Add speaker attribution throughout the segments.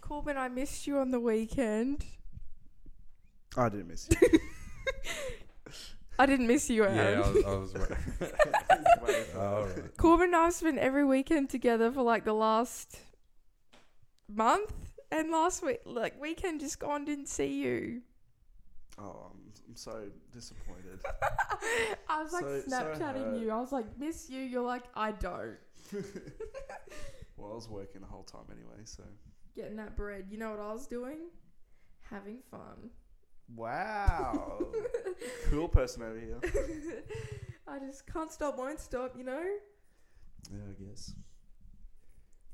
Speaker 1: Corbin, I missed you on the weekend.
Speaker 2: I didn't miss you.
Speaker 1: I didn't miss you at
Speaker 3: Yeah, I
Speaker 1: home.
Speaker 3: was, I was waiting. All right.
Speaker 1: Corbin and I have spent every weekend together for like the last month and last week. Like weekend just gone, didn't see you.
Speaker 2: Oh, I'm, I'm so disappointed.
Speaker 1: I was like
Speaker 2: So- so
Speaker 1: Snapchatting
Speaker 2: hurt.
Speaker 1: you. I was like, miss you. You're like, I
Speaker 2: Oh.
Speaker 1: don't.
Speaker 2: well, I was working the whole time anyway, so.
Speaker 1: Getting that bread. You know what I was doing? Having fun.
Speaker 2: Wow. cool person over here.
Speaker 1: I just can't stop, won't stop, you know?
Speaker 2: Yeah, I guess.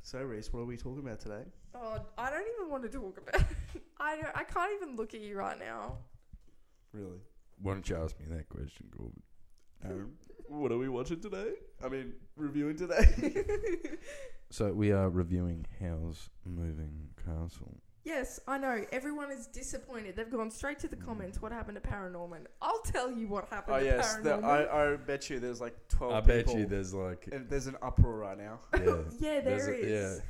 Speaker 2: So, Reese, what are we talking about today?
Speaker 1: Oh, I don't even want to talk about it. I, don't, I can't even look at you right now.
Speaker 2: Really?
Speaker 3: Why don't you ask me that question, Corbin?
Speaker 2: Um, what are we watching today? I mean, reviewing today.
Speaker 3: So we are reviewing How's Moving Castle.
Speaker 1: Yes, I know. Everyone is disappointed. They've gone straight to the comments. What happened to Paranorman? I'll tell you what happened
Speaker 2: Mm. oh
Speaker 1: to
Speaker 2: yes, the,
Speaker 1: Paranorman.
Speaker 2: I, I bet you there's like twelve.
Speaker 3: I bet
Speaker 2: people-
Speaker 3: you there's like
Speaker 2: and there's an uproar right now.
Speaker 3: yeah,
Speaker 1: yeah,
Speaker 3: there's
Speaker 1: Oh, there
Speaker 3: a-
Speaker 1: is.
Speaker 3: yeah.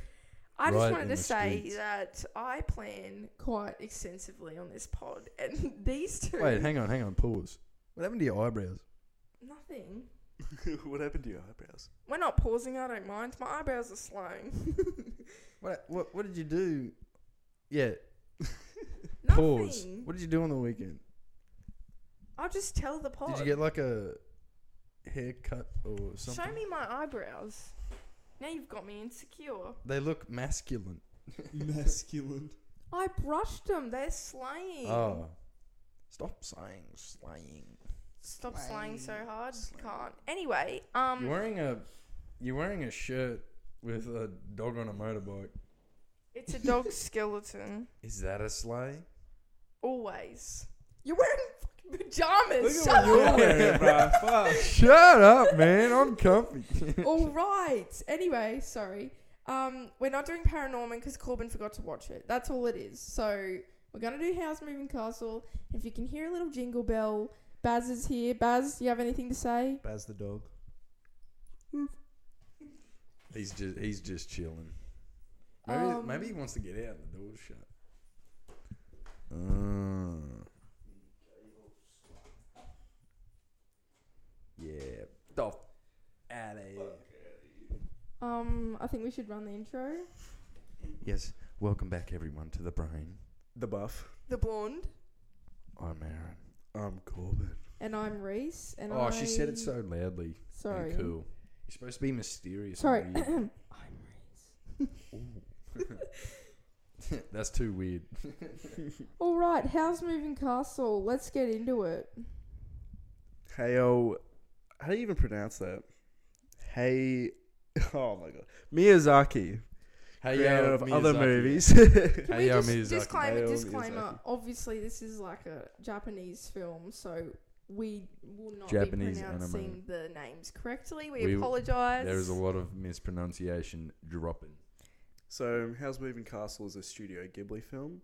Speaker 1: I just
Speaker 3: Right
Speaker 1: wanted
Speaker 3: in
Speaker 1: to
Speaker 3: the
Speaker 1: say
Speaker 3: streets.
Speaker 1: that I plan quite extensively on this pod, and these two,
Speaker 3: Wait, hang on, hang on, pause. What happened to your eyebrows?
Speaker 1: nothing.
Speaker 2: what happened to your eyebrows?
Speaker 1: We're not pausing. I don't mind. My eyebrows are slowing.
Speaker 3: What what what did you do? Yeah,
Speaker 1: nothing.
Speaker 3: pause. What did you do on the weekend?
Speaker 1: I'll just tell the pod.
Speaker 3: Did you get like a haircut or something?
Speaker 1: Show me my eyebrows. Now you've got me insecure.
Speaker 3: They look masculine.
Speaker 2: Masculine.
Speaker 1: I brushed them. They're slaying.
Speaker 3: Oh. Stop saying slaying.
Speaker 1: Stop slaying so
Speaker 2: Slang.
Speaker 1: hard.
Speaker 2: Slang.
Speaker 1: Can't. Anyway, um,
Speaker 3: You're wearing a you're wearing a shirt with a dog on a motorbike.
Speaker 1: it's a dog skeleton.
Speaker 3: Is that a sleigh?
Speaker 1: Always. You're wearing fucking pajamas. Shut
Speaker 3: you're
Speaker 1: up.
Speaker 3: wearing, Shut up, man. I'm comfy.
Speaker 1: All right. Anyway, sorry. Um, we're not doing Paranorman because Corbin forgot to watch it. That's all it is. So we're gonna do House Moving Castle. If you can hear a little jingle bell, Baz is here. Baz, do you have anything to say?
Speaker 2: Baz the dog.
Speaker 3: He's just he's just chilling. Maybe
Speaker 1: Maybe- Um, maybe
Speaker 3: maybe
Speaker 1: he
Speaker 3: he wants to get out and the door's shut. Uh, yeah. Off out of here.
Speaker 1: Um, I think we should run the intro.
Speaker 3: Yes. Welcome back everyone to the brain.
Speaker 2: The buff.
Speaker 1: The blonde.
Speaker 3: I'm Aaron.
Speaker 2: I'm Corbin.
Speaker 1: And I'm Reese. And
Speaker 3: Oh,
Speaker 1: I...
Speaker 3: she said it so loudly.
Speaker 1: Sorry.
Speaker 3: And cool. You're supposed to be mysterious.
Speaker 1: Sorry.
Speaker 3: and
Speaker 1: I'm
Speaker 3: weird. That's too weird.
Speaker 1: All right, House Moving Castle. Let's get into it.
Speaker 2: Hey, oh, how do you even pronounce that? Hey, oh my god, Miyazaki,
Speaker 3: Hey,
Speaker 2: creator
Speaker 3: yo,
Speaker 2: of other
Speaker 3: Miyazaki.
Speaker 2: movies.
Speaker 1: Can
Speaker 3: Hayao
Speaker 1: we just
Speaker 3: Miyazaki.
Speaker 1: disclaimer,
Speaker 2: Hayao
Speaker 1: disclaimer.
Speaker 2: Miyazaki.
Speaker 1: Obviously, this is like a Japanese film, so we will not
Speaker 3: Japanese
Speaker 1: be
Speaker 3: anime.
Speaker 1: pronouncing the names correctly. We,
Speaker 3: We-
Speaker 1: apologize.
Speaker 3: There is a lot of mispronunciation dropping.
Speaker 2: so, How's Moving Castle is a Studio Ghibli film.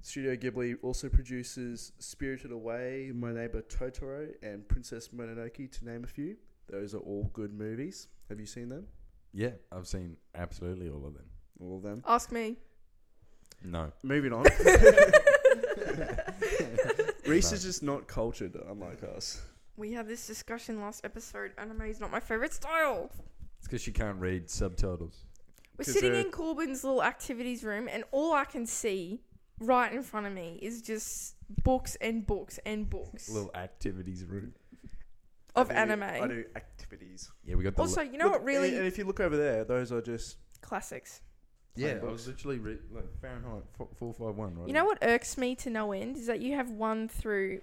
Speaker 2: Studio Ghibli also produces Spirited Away, My Neighbor Totoro, and Princess Mononoke, to name a few. Those are all good movies. Have you seen them?
Speaker 3: Yeah, I've seen absolutely all of them.
Speaker 2: All of them.
Speaker 1: Ask me.
Speaker 3: No.
Speaker 2: Moving on. Reese is just not cultured, unlike us.
Speaker 1: We had this discussion last episode. Anime is not my favorite style.
Speaker 3: It's because she can't read subtitles.
Speaker 1: We're
Speaker 2: 'Cause
Speaker 1: sitting
Speaker 2: they're-
Speaker 1: in Corbin's little activities room, and all I can see right in front of me is just books and books and books
Speaker 3: Little activities room.
Speaker 1: of
Speaker 2: I do-
Speaker 1: anime.
Speaker 2: I do activities.
Speaker 3: Yeah, we got the.
Speaker 1: Also,
Speaker 3: li-
Speaker 1: you know
Speaker 2: Look,
Speaker 1: what really
Speaker 2: And, and if you look over there, those are just
Speaker 1: classics.
Speaker 3: yeah,
Speaker 2: plain
Speaker 3: I
Speaker 2: books.
Speaker 3: was literally re- like Fahrenheit four- 451, right?
Speaker 1: You know what irks me to no end is that you have one through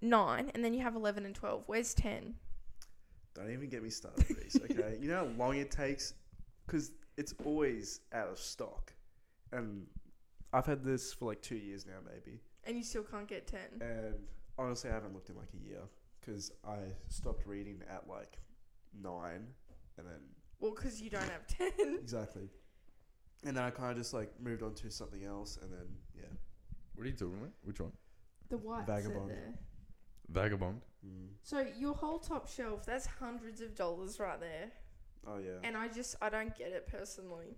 Speaker 1: nine, and then you have eleven and twelve. Where's ten?
Speaker 2: Don't even get me started, Reese. Okay, you know how long it takes because it's always out of stock, and I've had this for like two years now, maybe.
Speaker 1: And you still can't get ten.
Speaker 2: And honestly, I haven't looked in like a year because I stopped reading at like nine, and then
Speaker 1: Well, because you don't have ten.
Speaker 2: exactly, and then I kind of just like moved on to something else, and then yeah,
Speaker 3: What are you talking about? Which one?
Speaker 1: The whites
Speaker 2: Vagabond.
Speaker 1: are there.
Speaker 3: Vagabond.
Speaker 2: mm.
Speaker 1: So your whole top shelf, that's hundreds of dollars right there.
Speaker 2: oh yeah.
Speaker 1: And I just I don't get it personally.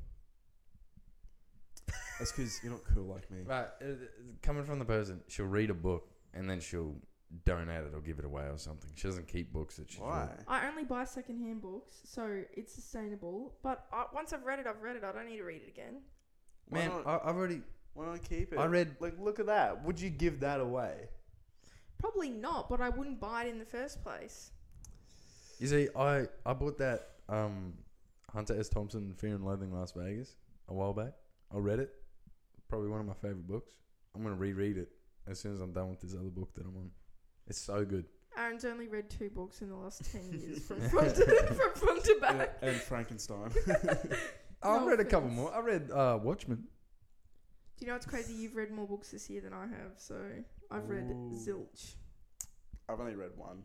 Speaker 2: That's because you're not cool like me.
Speaker 3: Right, uh, coming from the person, she'll read a book and then she'll donate it or give it away or something. She doesn't keep books that she's
Speaker 4: Why?
Speaker 3: read.
Speaker 1: I only buy secondhand books, so it's sustainable. But I, once I've read it, I've read it. I don't need to read it again.
Speaker 4: Why
Speaker 3: Man,
Speaker 4: not?
Speaker 3: I, I've already
Speaker 4: Why not keep it?
Speaker 3: I read-
Speaker 4: Like, look at that. Would you give that away?
Speaker 1: Probably not, but I wouldn't buy it in the first place.
Speaker 3: You see, I I bought that um, Hunter S. Thompson Fear and Loathing in Las Vegas a while back. I read it. Probably one of my favorite books. I'm gonna reread it as soon as I'm done with this other book that I'm on. It's so good.
Speaker 1: Aaron's only read two books in the last ten years from front to, from front to
Speaker 2: And,
Speaker 1: back.
Speaker 2: and Frankenstein.
Speaker 3: I've
Speaker 1: No
Speaker 3: read a couple
Speaker 1: offense.
Speaker 3: more. I read uh, Watchmen.
Speaker 1: Do you know what's crazy? You've read more books this year than I have, so I've read
Speaker 2: Ooh.
Speaker 1: zilch.
Speaker 4: I've only read one.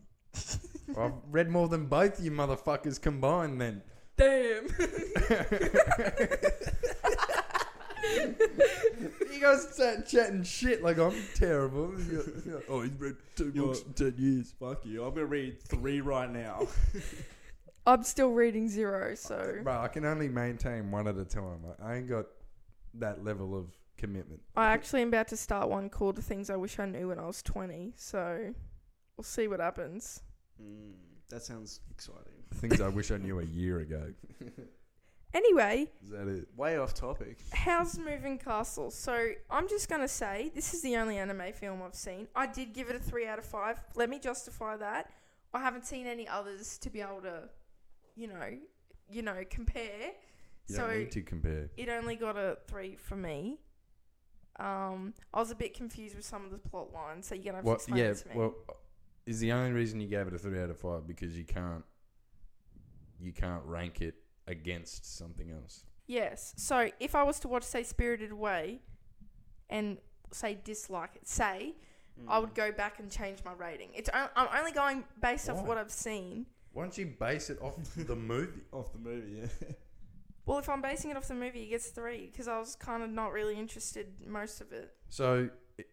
Speaker 3: I've read more than both you motherfuckers combined. Then
Speaker 1: Damn.
Speaker 3: you guys start chatting shit like I'm terrible. oh, he's read two
Speaker 2: You're-
Speaker 3: books in ten years.
Speaker 2: Fuck you. I'm gonna read three right now.
Speaker 1: I'm still reading zero, so
Speaker 3: Bro, I can only maintain one at a time. Like, I ain't got that level of commitment.
Speaker 1: I actually am about to start one called Things I Wish I Knew When I Was 20, so we'll see what happens.
Speaker 4: Mm, that sounds exciting.
Speaker 3: Things I wish I knew a year ago.
Speaker 1: Anyway,
Speaker 3: Is that it?
Speaker 4: Way off topic.
Speaker 1: How's Moving Castle? So I'm just gonna say this is the only anime film I've seen. I did give it a three out of five. Let me justify that. I haven't seen any others to be able to, you know, you know, compare.
Speaker 3: You
Speaker 1: so
Speaker 3: don't need to compare.
Speaker 1: it only got a three for me. Um, I was a bit confused with some of the plot lines, so you're gonna have to
Speaker 3: What?
Speaker 1: explain
Speaker 3: Yeah.
Speaker 1: it to me.
Speaker 3: Well, is the only reason you gave it a three out of five because you can't you can't rank it against something else.
Speaker 1: Yes. So if I was to watch, say, Spirited Away, and say dislike it, say
Speaker 4: Hmm.
Speaker 1: I would go back and change my rating. It's on- I'm only going based off
Speaker 3: Why?
Speaker 1: what I've seen.
Speaker 3: Why don't you base it off the movie?
Speaker 2: Off the movie, yeah.
Speaker 1: Well, if I'm basing it off the movie, it gets three because I was kind of not really interested most of it.
Speaker 3: So, it-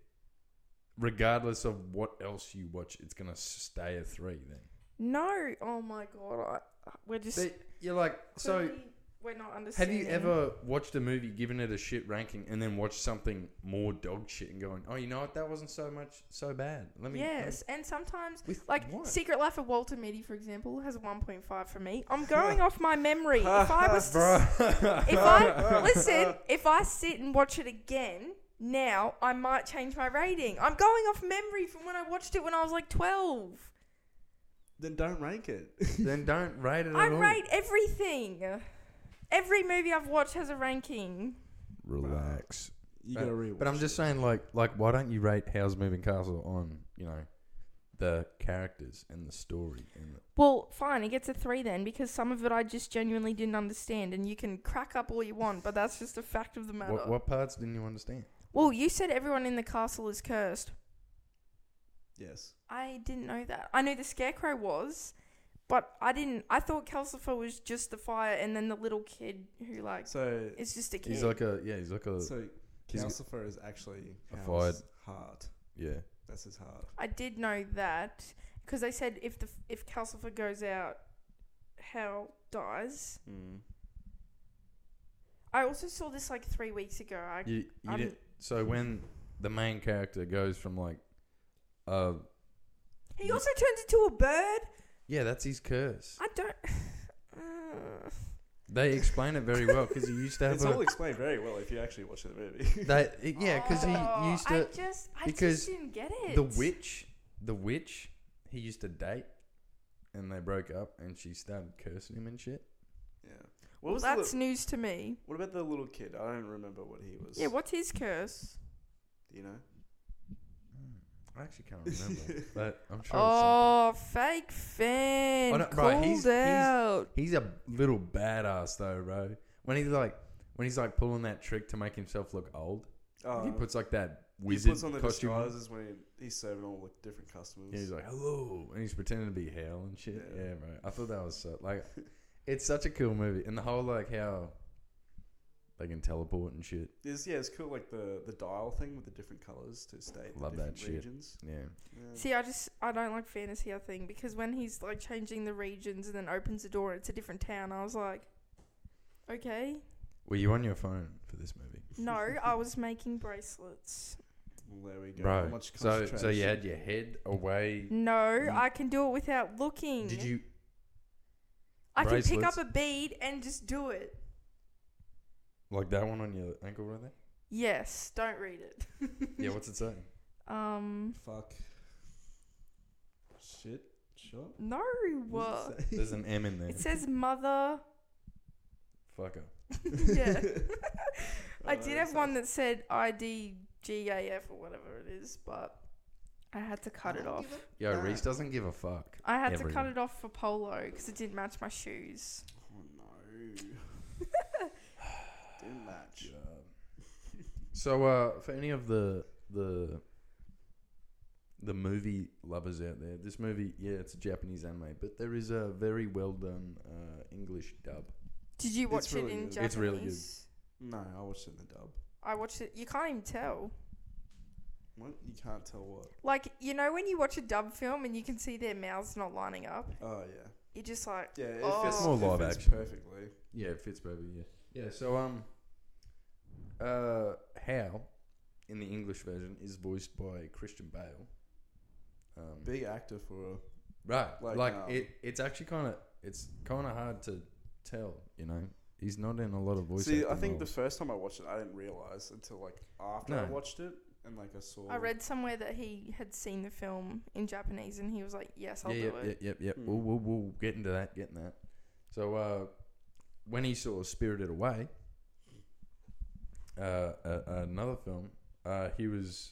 Speaker 3: regardless of what else you watch, it's gonna stay a three. Then
Speaker 1: No, oh my god, I, we're just
Speaker 3: But you're like so.
Speaker 1: clearly we're not
Speaker 3: Have
Speaker 1: understanding.
Speaker 3: you ever watched a movie, given it a shit ranking, and then watched something more dog shit and going, "Oh, you know what? That wasn't so much so bad." Let me. let me-"
Speaker 1: Yes, and sometimes.
Speaker 3: With
Speaker 1: Like
Speaker 3: what?
Speaker 1: Secret Life of Walter Mitty, for example, has a 1.5 for me. I'm going off my memory. If I was to
Speaker 3: Bruh.
Speaker 1: If I listen, if I sit and watch it again now, I might change my rating. I'm going off memory from when I watched it when I was like 12.
Speaker 4: Then don't rank it.
Speaker 3: then don't rate it
Speaker 1: I
Speaker 3: at all.
Speaker 1: rate everything. Every movie I've watched has a ranking.
Speaker 3: Relax.
Speaker 2: You
Speaker 3: But-
Speaker 2: gotta read.
Speaker 3: But I'm just saying, like, like, why don't you rate How's Moving Castle on, you know, the characters and the story? And the,
Speaker 1: Well, fine, it gets a three then because some of it I just genuinely didn't understand, and you can crack up all you want, but that's just a fact of the matter.
Speaker 3: what, what parts didn't you understand?
Speaker 1: Well, you said everyone in the castle is cursed.
Speaker 2: Yes.
Speaker 1: I didn't know that. I knew the scarecrow was, but I didn't. I thought Calcifer was just the fire, and then the little kid who like
Speaker 2: So,
Speaker 1: is just a kid.
Speaker 3: He's like a yeah. He's like a
Speaker 2: so
Speaker 3: he's-
Speaker 2: Calcifer is actually
Speaker 3: Uh, A
Speaker 2: Hal's heart.
Speaker 3: yeah.
Speaker 2: That's his heart.
Speaker 1: I did know that because they said if the if Calcifer goes out, Hell dies.
Speaker 2: Mm.
Speaker 1: I also saw this like three weeks ago. I,
Speaker 3: You, you
Speaker 1: I'm-
Speaker 3: did, so when the main character goes from like, uh,
Speaker 1: he also turns into a bird.
Speaker 3: yeah, that's his curse.
Speaker 1: I don't. Uh,
Speaker 3: They explain it very well because he used to have
Speaker 2: It's all
Speaker 3: a.
Speaker 2: explained very well if you actually watch the movie.
Speaker 3: They, it- yeah, because
Speaker 1: oh,
Speaker 3: he used to.
Speaker 1: I just, I
Speaker 3: because
Speaker 1: just didn't get it.
Speaker 3: the witch, the witch, he used to date, and they broke up, and she started cursing him and shit.
Speaker 4: yeah. What
Speaker 1: Well,
Speaker 4: was the
Speaker 1: that's
Speaker 4: li-
Speaker 1: news to me.
Speaker 4: What about the little kid? I don't remember what he was.
Speaker 1: Yeah, what's his curse?
Speaker 4: Do you know?
Speaker 3: I actually can't remember, but I'm sure. it's
Speaker 1: Oh, fake
Speaker 3: I
Speaker 1: fan.
Speaker 3: don't-
Speaker 1: called
Speaker 3: bro, he's- he's-
Speaker 1: out.
Speaker 3: something. he's a little badass though, bro. When he's like, when he's like pulling that trick to make himself look old,
Speaker 4: Oh,
Speaker 3: he puts like that
Speaker 4: he
Speaker 3: wizard
Speaker 4: puts on the
Speaker 3: costume.
Speaker 4: disguises when he, he's serving all the different customers.
Speaker 3: Yeah, he's like, hello. And he's pretending to be hell and shit.
Speaker 4: Yeah.
Speaker 3: Yeah, bro. I thought that was so, like, it's such a cool movie. And the whole, like, how they can teleport and shit.
Speaker 4: It's- yeah, it's cool. Like the, the dial thing with the different colors to state
Speaker 3: Love
Speaker 4: the
Speaker 3: that
Speaker 4: different
Speaker 3: shit.
Speaker 4: regions.
Speaker 3: Yeah.
Speaker 4: Yeah.
Speaker 1: See, I just I don't like fantasy I think because when he's like changing the regions and then opens the door, it's a different town. I was like, okay,
Speaker 3: Were you on your phone for this movie,
Speaker 1: No, I was making bracelets.
Speaker 2: Well, there we go.
Speaker 3: bro?
Speaker 2: Much
Speaker 3: so, so you
Speaker 2: concentration.
Speaker 3: had your head away.
Speaker 1: No,
Speaker 3: You-
Speaker 1: I can do it without looking.
Speaker 3: Mm. Did you?
Speaker 1: I can pick up
Speaker 3: bracelets?
Speaker 1: a bead and just do it.
Speaker 3: Like that one on your ankle right there?
Speaker 1: Yes, don't read it.
Speaker 3: Yeah, what's it saying?
Speaker 1: Um,
Speaker 2: Fuck. Shit. Shot.
Speaker 1: no, what?
Speaker 3: There's an M in there.
Speaker 1: It says mother.
Speaker 3: Fucker.
Speaker 1: yeah. I did have one that said IDGAF or whatever it is, but I had to cut it off.
Speaker 3: Yo,
Speaker 2: Ah.
Speaker 3: Reese doesn't give a fuck.
Speaker 1: I had to cut
Speaker 3: Everything.
Speaker 1: it off for polo because it didn't match my shoes.
Speaker 2: Oh no. Didn't match.
Speaker 3: So, uh, for any of the the the movie lovers out there, this movie, yeah, it's a Japanese anime, but there is a very well done uh, English dub.
Speaker 1: Did you
Speaker 2: It's
Speaker 1: watch
Speaker 2: really
Speaker 1: it in
Speaker 2: good.
Speaker 1: Japanese?
Speaker 3: It's really good.
Speaker 2: No, I watched it in the dub.
Speaker 1: I watched it. You can't even tell.
Speaker 2: What? You can't tell what.
Speaker 1: Like you know when you watch a dub film and you can see their mouths not lining up,
Speaker 2: Oh yeah.
Speaker 1: you're just like,
Speaker 2: Yeah. It
Speaker 1: Oh.
Speaker 2: fits,
Speaker 1: It's
Speaker 3: more
Speaker 2: it
Speaker 3: live
Speaker 2: fits
Speaker 3: action.
Speaker 2: perfectly.
Speaker 3: Yeah, it fits perfectly. Yeah, yeah. So, um, uh, Hal in the English version is voiced by Christian Bale. Um,
Speaker 2: Big actor for. a-
Speaker 3: Right. Like,
Speaker 2: Like, um,
Speaker 3: it it's actually kind of it's kind of hard to tell, you know. He's not in a lot of voice
Speaker 2: See, I
Speaker 3: acting
Speaker 2: think the
Speaker 3: roles.
Speaker 2: first time I watched it, I didn't realize until like after I
Speaker 3: No.
Speaker 2: watched it and like I saw.
Speaker 1: I read somewhere that he had seen the film in Japanese and he was like, yes, I'll
Speaker 3: yeah,
Speaker 1: do
Speaker 3: yep,
Speaker 1: it.
Speaker 3: yep, yep, yep.
Speaker 2: Hmm.
Speaker 3: We'll, we'll, we'll get into that, getting that. So uh, when he saw Spirited Away, uh, uh, another film, uh, he was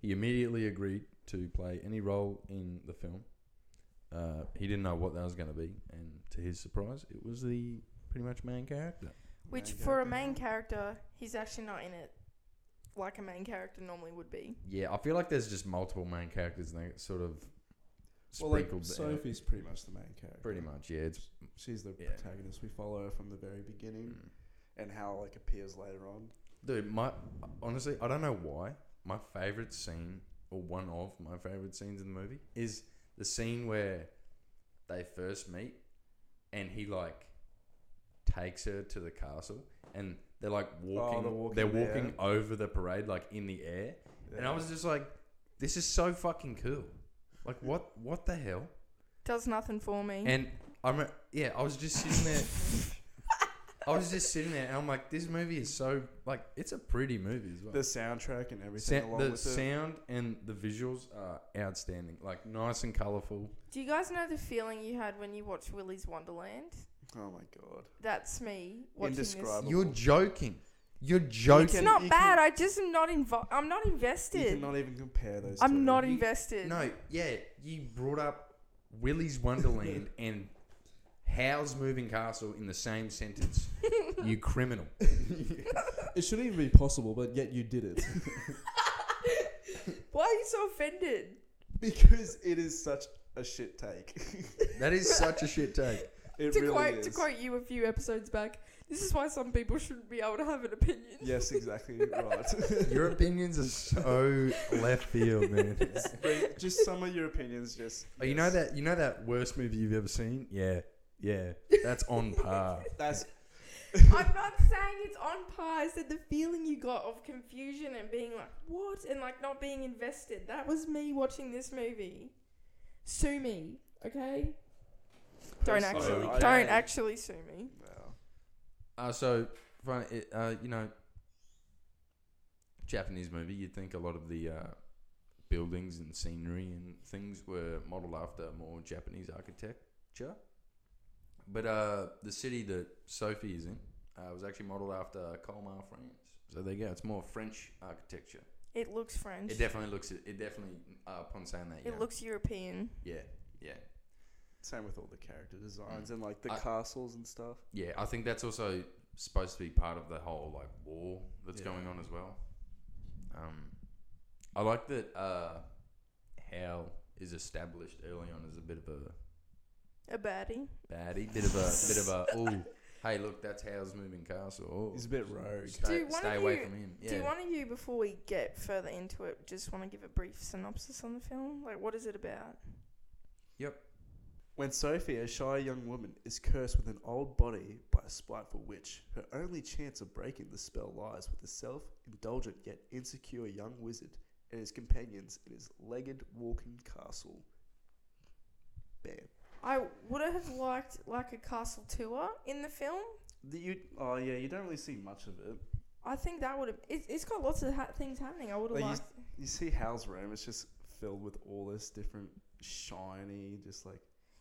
Speaker 3: he immediately agreed to play any role in the film. Uh, he didn't know what that was going to be, and to his surprise, it was the pretty much main character.
Speaker 1: Which
Speaker 2: Main
Speaker 1: for a
Speaker 2: character.
Speaker 1: main character, he's actually not in it like a main character normally would be.
Speaker 3: Yeah, I feel like there's just multiple main characters and they get sort of
Speaker 2: Well, like,
Speaker 3: sprinkled out.
Speaker 2: Sophie's pretty much the main character.
Speaker 3: Pretty much, yeah. It's
Speaker 2: She's the
Speaker 3: Yeah.
Speaker 2: protagonist. We follow her from the very beginning,
Speaker 3: Mm.
Speaker 2: and how like appears later on.
Speaker 3: dude. My honestly, I don't know why. My favorite scene, or one of my favorite scenes in the movie, is the scene where they first meet, and he like takes her to the castle, and they're like walking.
Speaker 2: they're walking
Speaker 3: they're
Speaker 2: in Oh, the
Speaker 3: walking
Speaker 2: air.
Speaker 3: over the parade, like in the air, and I
Speaker 2: Yeah.
Speaker 3: was just like, "This is so fucking cool." Like what? What the hell?
Speaker 1: Does nothing for me.
Speaker 3: And I'm yeah, I was just sitting there. I was just sitting there, and I'm like, this movie is so like it's a pretty movie as well.
Speaker 2: the soundtrack and everything
Speaker 3: Sa-
Speaker 2: along
Speaker 3: the
Speaker 2: with it.
Speaker 3: sound and the visuals are outstanding, like nice and colorful.
Speaker 1: do you guys know the feeling you had when you watched Willy's Wonderland?
Speaker 2: Oh my god!
Speaker 1: That's me watching this.
Speaker 2: Indescribable.
Speaker 3: You're joking. You're
Speaker 1: It's
Speaker 3: joking.
Speaker 2: can-
Speaker 1: not
Speaker 2: you
Speaker 1: bad.
Speaker 2: can-
Speaker 1: I just am not invo- I'm not
Speaker 2: You
Speaker 1: invested.
Speaker 2: cannot even compare those. two.
Speaker 1: I'm not
Speaker 3: You-
Speaker 1: invested.
Speaker 3: No, yeah, you brought up Willy's Wonderland and How's Moving Castle in the same sentence. you criminal.
Speaker 2: It shouldn't even be possible, but yet you did it
Speaker 1: Why are you so offended?
Speaker 2: because it is such a shit take.
Speaker 3: That is such a shit take.
Speaker 2: It
Speaker 1: to
Speaker 2: really
Speaker 1: quote
Speaker 2: is.
Speaker 1: to quote you a few episodes back, this is why some people shouldn't be able to have an opinion.
Speaker 2: Yes, exactly right.
Speaker 3: Your opinions are so left field, man.
Speaker 2: Bring- just some of your opinions, just
Speaker 3: Oh, you know
Speaker 2: yes.
Speaker 3: that you know that worst movie you've ever seen? Yeah, yeah, that's on par.
Speaker 2: That's
Speaker 1: I'm not saying it's on par. I said the feeling you got of confusion and being like, what? And like not being invested. That was me watching this movie. Sue me, okay? Don't
Speaker 2: Personally,
Speaker 1: actually,
Speaker 3: Oh,
Speaker 2: I-
Speaker 1: don't actually sue me.
Speaker 2: Wow.
Speaker 3: Uh, so, fun- it, uh, you know, Japanese movie. You'd think a lot of the uh, buildings and scenery and things were modeled after more Japanese architecture, but uh, the city that Sophie is in uh, was actually modeled after Colmar, France. So there you go. It's more French architecture.
Speaker 1: It looks French.
Speaker 3: It definitely looks. It definitely. Uh, upon saying that,
Speaker 1: It
Speaker 3: yeah.
Speaker 1: looks European.
Speaker 3: Yeah, yeah.
Speaker 2: Same with all the character designs
Speaker 3: Mm.
Speaker 2: and like the
Speaker 3: I-
Speaker 2: castles and stuff.
Speaker 3: Yeah, I think that's also supposed to be part of the whole like war that's
Speaker 2: Yeah.
Speaker 3: going on as well. Um, I like that uh, Hal is established early on as a bit of a
Speaker 1: A baddie.
Speaker 3: baddie, bit of a bit of a oh, hey look, that's Hal's moving castle. Oh,
Speaker 2: He's a bit rogue.
Speaker 3: Stay,
Speaker 1: Do one
Speaker 3: stay
Speaker 1: of
Speaker 3: away
Speaker 1: you-
Speaker 3: from him. Yeah.
Speaker 1: Do one of you, before we get further into it, just want to give a brief synopsis on the film? Like, what is it about?
Speaker 2: When Sophie, a shy young woman, is cursed with an old body by a spiteful witch, her only chance of breaking the spell lies with the self indulgent yet insecure young wizard and his companions in his legged walking castle. Bam.
Speaker 1: I would have liked like a castle tour in the film.
Speaker 2: The, you, oh, yeah, you don't really see much of it.
Speaker 1: I think that would have. It, it's got lots of ha- things happening. I would have
Speaker 2: Like, you
Speaker 1: liked.
Speaker 2: You see Hal's room, it's just filled with all this different shiny, just like.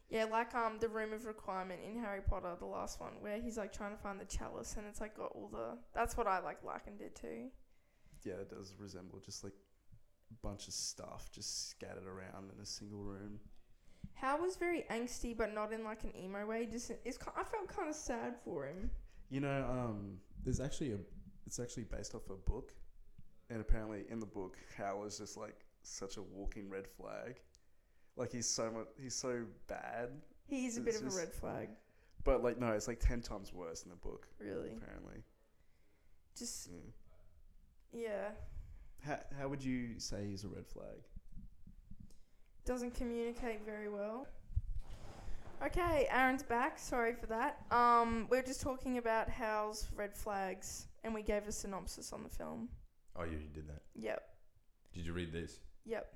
Speaker 1: Yeah, like um the room of requirement in Harry Potter, the last one, where he's like trying to find the chalice, and it's like got all the. That's what I like likened it to.
Speaker 2: yeah, it does resemble just like a bunch of stuff just scattered around in a single room.
Speaker 1: Hal was very angsty, but not in like an emo way. Just it's. ki- I felt kind of sad for him.
Speaker 2: You know, um,
Speaker 5: There's actually a
Speaker 2: it's actually based off a book, and apparently in the book, Hal is just like such a walking red flag. Like he's so much, he's so bad,
Speaker 1: He is a
Speaker 2: It's
Speaker 1: bit of a
Speaker 2: just-
Speaker 1: red flag,
Speaker 2: but like no, it's like ten times worse in the book.
Speaker 1: really.
Speaker 2: Apparently,
Speaker 1: Just
Speaker 2: Mm.
Speaker 1: yeah,
Speaker 2: how how would you say he's a red flag?
Speaker 1: doesn't communicate very well. Okay, Aaron's back. Sorry for that. Um, we were just talking about Hal's red flags, and we gave a synopsis on the film.
Speaker 3: Oh, yeah, you did that.
Speaker 1: Yep.
Speaker 3: Did you read this?
Speaker 1: Yep.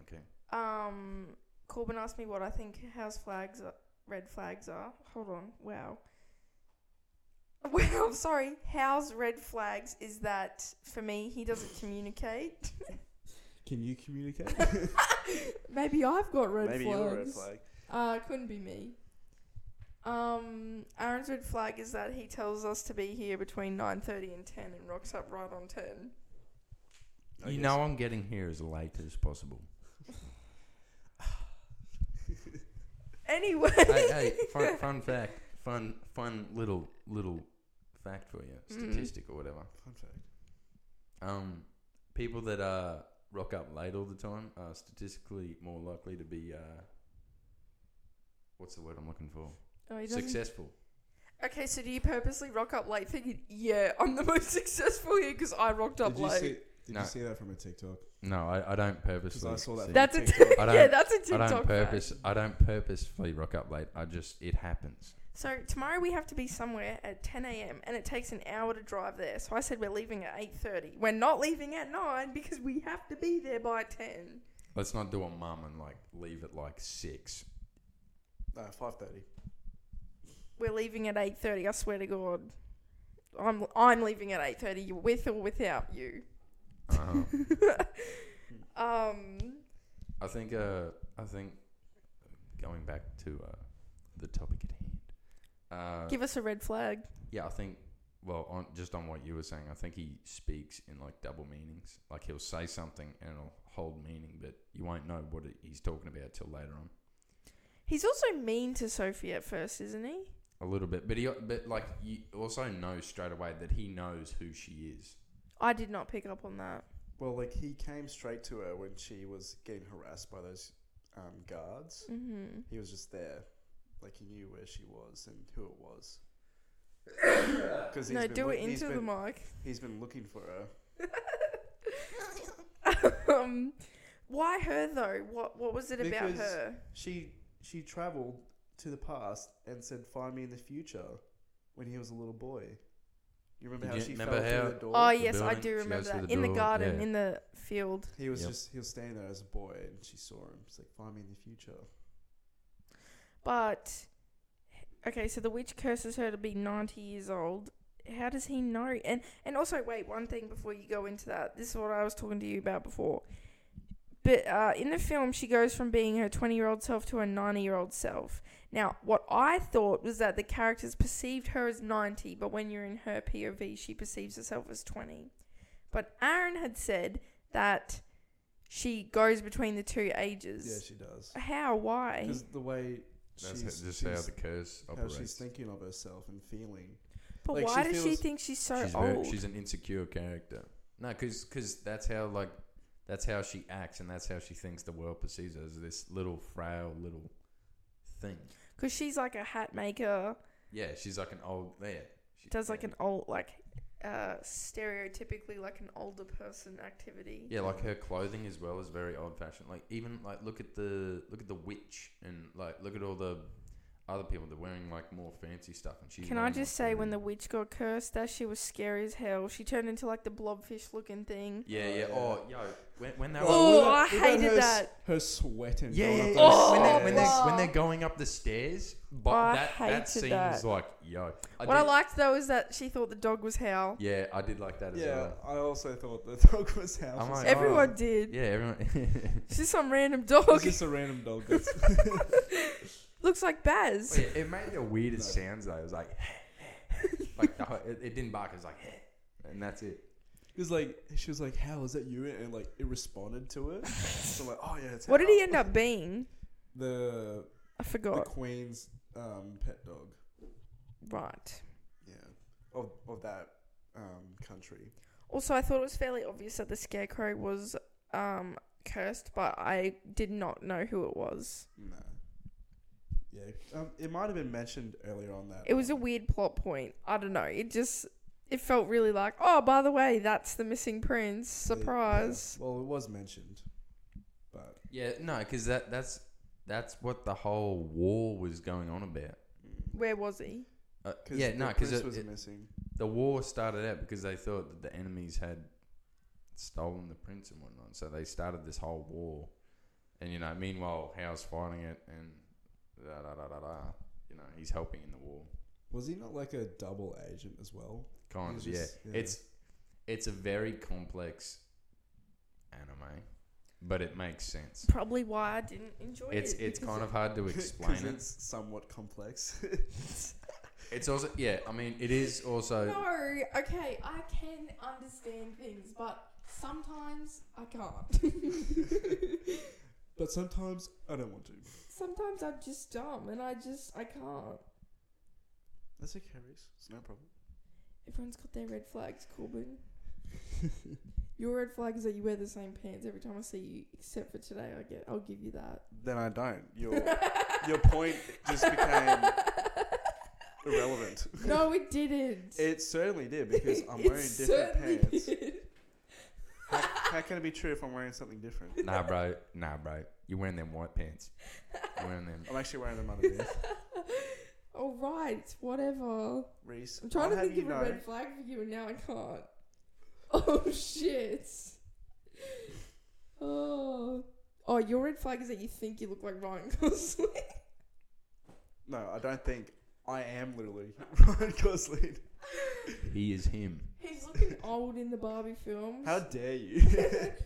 Speaker 3: Okay.
Speaker 1: Um, Corbin asked me what I think house flags are, red flags are. Hold on. Wow. Well, I'm sorry. House red flags is that for me he doesn't communicate.
Speaker 5: Can you communicate?
Speaker 1: Maybe I've got red
Speaker 2: Maybe
Speaker 1: flags.
Speaker 2: you're a red flag.
Speaker 1: Uh, couldn't be me. Um, Aaron's red flag is that he tells us to be here between nine thirty and ten, and rocks up right on ten.
Speaker 2: I
Speaker 3: you
Speaker 2: guess.
Speaker 3: know, I'm getting here as late as possible.
Speaker 1: Anyway,
Speaker 3: hey, hey, fun, fun fact, fun, fun little, little fact for you,
Speaker 1: Mm.
Speaker 3: statistic or whatever.
Speaker 2: Fun fact.
Speaker 3: Um, people that uh rock up late all the time are statistically more likely to be uh, what's the word I'm looking for?
Speaker 1: oh, he doesn't
Speaker 3: Successful.
Speaker 1: Okay, so do you purposely rock up late thinking, yeah, I'm the most successful here because I rocked up
Speaker 5: did you
Speaker 1: late?
Speaker 5: see, did
Speaker 3: No.
Speaker 5: you see that from a TikTok?
Speaker 3: No, I, I don't
Speaker 5: Because
Speaker 3: purposely.
Speaker 5: I saw that.
Speaker 3: see-
Speaker 5: From
Speaker 1: That's
Speaker 5: a
Speaker 1: a
Speaker 5: TikTok.
Speaker 3: I don't-
Speaker 1: yeah, that's a
Speaker 3: I
Speaker 1: TikTok.
Speaker 3: don't
Speaker 1: fact.
Speaker 3: purpose. I don't purposefully rock up late. I just it happens.
Speaker 1: So tomorrow we have to be somewhere at 10 a.m. and it takes an hour to drive there. So I said we're leaving at 8:30. We're not leaving at nine because we have to be there by 10.
Speaker 3: Let's not do a mum and like leave at like six.
Speaker 2: No, Uh, five thirty.
Speaker 1: We're leaving at 8:30. I swear to God, I'm I'm leaving at 8:30 with or without you.
Speaker 3: Uh-huh.
Speaker 1: Um,
Speaker 3: I think. Uh, I think. Going back to uh, the topic at hand. Uh,
Speaker 1: give us a red flag.
Speaker 3: Yeah, I think. Well, on just on what you were saying, I think he speaks in like double meanings. Like he'll say something and it'll hold meaning, but you won't know what it, he's talking about till later on.
Speaker 1: He's also mean to Sophie at first, isn't he?
Speaker 3: A little bit, but he, but like you also know straight away that he knows who she is.
Speaker 1: I did not pick up on that.
Speaker 2: Well, like he came straight to her when she was getting harassed by those um, guards.
Speaker 1: hmm
Speaker 2: He was just there, like he knew where she was and who it was. Because
Speaker 1: No, do it into the
Speaker 2: been,
Speaker 1: mic.
Speaker 2: He's been looking for her.
Speaker 1: um, why her though? What what was it about
Speaker 2: Because-
Speaker 1: her?
Speaker 2: She she traveled to the past and said, "Find me in the future," when he was a little boy. You remember
Speaker 3: Did
Speaker 2: how
Speaker 3: you
Speaker 2: she fell
Speaker 3: remember how-
Speaker 2: through the door?
Speaker 1: Oh
Speaker 3: the
Speaker 1: yes, I
Speaker 3: building, she
Speaker 1: do
Speaker 3: goes
Speaker 1: remember
Speaker 3: through
Speaker 1: that
Speaker 3: the
Speaker 1: in the
Speaker 3: door,
Speaker 1: garden,
Speaker 3: yeah.
Speaker 1: in the field.
Speaker 2: He was
Speaker 3: Yep.
Speaker 2: just he was standing there as a boy, and she saw him. She's like, "Find me in the future."
Speaker 1: But okay, so the witch curses her to be ninety years old. How does he know? And and also, wait, one thing before you go into that. This is what I was talking to you about before. But uh, in the film, she goes from being her twenty-year-old self to her ninety-year-old self. Now, what I thought was that the characters perceived her as ninety, but when you're in her POV, she perceives herself as twenty. But Aaron had said that she goes between the two ages.
Speaker 2: Yeah, she does.
Speaker 1: How? Why?
Speaker 2: Because the way
Speaker 3: That's
Speaker 2: she's,
Speaker 3: just how
Speaker 2: she's-
Speaker 3: the curse
Speaker 2: how
Speaker 3: operates.
Speaker 2: she's thinking of herself and feeling.
Speaker 1: But
Speaker 2: Like,
Speaker 1: why
Speaker 2: she
Speaker 1: does she
Speaker 2: feels-
Speaker 1: think she's so
Speaker 3: she's,
Speaker 1: old?
Speaker 3: very, she's an insecure character. No, because that's how like that's how she acts and that's how she thinks the world perceives her as this little frail little thing.
Speaker 1: Because she's like a hat maker,
Speaker 3: Yeah, she's like an old yeah. She,
Speaker 1: does like
Speaker 3: yeah.
Speaker 1: an old like uh, stereotypically like an older person activity.
Speaker 3: Yeah, like her clothing as well is very old fashioned. Like even like look at the look at the witch and like look at all the other people. They're wearing like more fancy stuff, and she's.
Speaker 1: Can I
Speaker 3: wearing,
Speaker 1: just
Speaker 3: like,
Speaker 1: say, when the
Speaker 3: very-
Speaker 1: witch got cursed, that she was scary as hell. She turned into like the blobfish looking thing.
Speaker 3: Yeah, yeah. Oh, yo, when, when they were.
Speaker 1: Oh,
Speaker 2: what about-
Speaker 1: I
Speaker 2: what about
Speaker 1: hated
Speaker 2: her s-
Speaker 1: that.
Speaker 2: Her sweating.
Speaker 3: Yeah, yeah,
Speaker 2: going
Speaker 3: yeah.
Speaker 2: up those
Speaker 1: Oh,
Speaker 3: when,
Speaker 1: that-
Speaker 3: they're,
Speaker 2: stairs.
Speaker 3: when, they're, when
Speaker 1: wow.
Speaker 3: they're going up the stairs, but
Speaker 1: Oh, I
Speaker 3: that that
Speaker 1: hated
Speaker 3: seems
Speaker 1: that.
Speaker 3: like yo. I
Speaker 1: what I
Speaker 3: did-
Speaker 1: liked though is that she thought the dog was Hal.
Speaker 3: Yeah, I did like that as
Speaker 2: Yeah,
Speaker 3: well.
Speaker 2: I also thought the dog was house.
Speaker 3: I'm like,
Speaker 1: Everyone did.
Speaker 3: Oh. Yeah, everyone.
Speaker 1: She's just some random
Speaker 2: It's
Speaker 1: dog.
Speaker 2: just a random dog. That's
Speaker 1: Looks like Baz.
Speaker 3: Wait, Oh, it made the weirdest sounds though. It was like, like the, whole- it, it didn't bark. It was like, and that's it.
Speaker 2: Because like she was like, "How is that you?" And like it responded to it. So I'm like, oh yeah. It's
Speaker 1: What did he
Speaker 2: Hal."
Speaker 1: end up being?
Speaker 2: The
Speaker 1: I
Speaker 2: the
Speaker 1: forgot.
Speaker 2: queen's um, pet dog.
Speaker 1: Right.
Speaker 2: Yeah, of of that um, country.
Speaker 1: Also, I thought it was fairly obvious that the scarecrow was um, cursed, but I did not know who it was.
Speaker 2: No. Yeah, um, it might have been mentioned earlier on that.
Speaker 1: It was a
Speaker 2: um,
Speaker 1: weird plot point. I don't know. It just it felt really like, oh, by the way, that's the missing prince.
Speaker 2: it- yeah,
Speaker 1: Surprise.
Speaker 2: well, it was mentioned, but
Speaker 3: Yeah, no, because that that's that's what the whole war was going on about.
Speaker 1: Where was he?
Speaker 3: Uh,
Speaker 2: Mm. 'cause
Speaker 3: yeah,
Speaker 2: the
Speaker 3: no, because
Speaker 2: prince was missing.
Speaker 3: the war started out because they thought that the enemies had stolen the prince and whatnot, so they started this whole war. And you know, meanwhile, Howe's fighting it, and da da da da da. You know, he's helping in the war.
Speaker 2: Was he not like a double agent as well?
Speaker 3: Kind
Speaker 2: He's
Speaker 3: of, yeah.
Speaker 2: just- yeah.
Speaker 3: It's it's a very complex anime, but it makes sense.
Speaker 1: Probably why I didn't enjoy
Speaker 3: It's
Speaker 1: it.
Speaker 3: it's kind of hard to
Speaker 2: 'Cause
Speaker 3: explain it.
Speaker 2: it's somewhat complex.
Speaker 3: It's also yeah. I mean, it is also
Speaker 1: No, okay, I can understand things, but sometimes I can't.
Speaker 2: but sometimes I don't want to.
Speaker 1: sometimes I'm just dumb and I just I can't.
Speaker 2: That's okay, Reese. It's no problem.
Speaker 1: Everyone's got their red flags, Corbin. Your red flag is that you wear the same pants every time I see you, except for today. I get, I'll give you that.
Speaker 2: Then I don't. Your your point just became irrelevant.
Speaker 1: No, it didn't.
Speaker 2: It certainly did because I'm
Speaker 1: It
Speaker 2: wearing different
Speaker 1: certainly
Speaker 2: pants.
Speaker 1: did.
Speaker 2: How, how can it be true if I'm wearing something different?
Speaker 3: nah, bro. Nah, bro. You're wearing them white pats. You're wearing them.
Speaker 2: I'm actually wearing them underneath.
Speaker 1: All right, whatever.
Speaker 2: Reese,
Speaker 1: I'm trying to
Speaker 2: I'll have
Speaker 1: think of
Speaker 2: you
Speaker 1: a
Speaker 2: know,
Speaker 1: red flag for you, and now I can't. Oh shit. Oh. Oh, your red flag is that you think you look like Ryan Gosling.
Speaker 2: No, I don't think I am literally Ryan Gosling.
Speaker 3: He is him.
Speaker 1: He's looking old in the Barbie films.
Speaker 2: How dare you?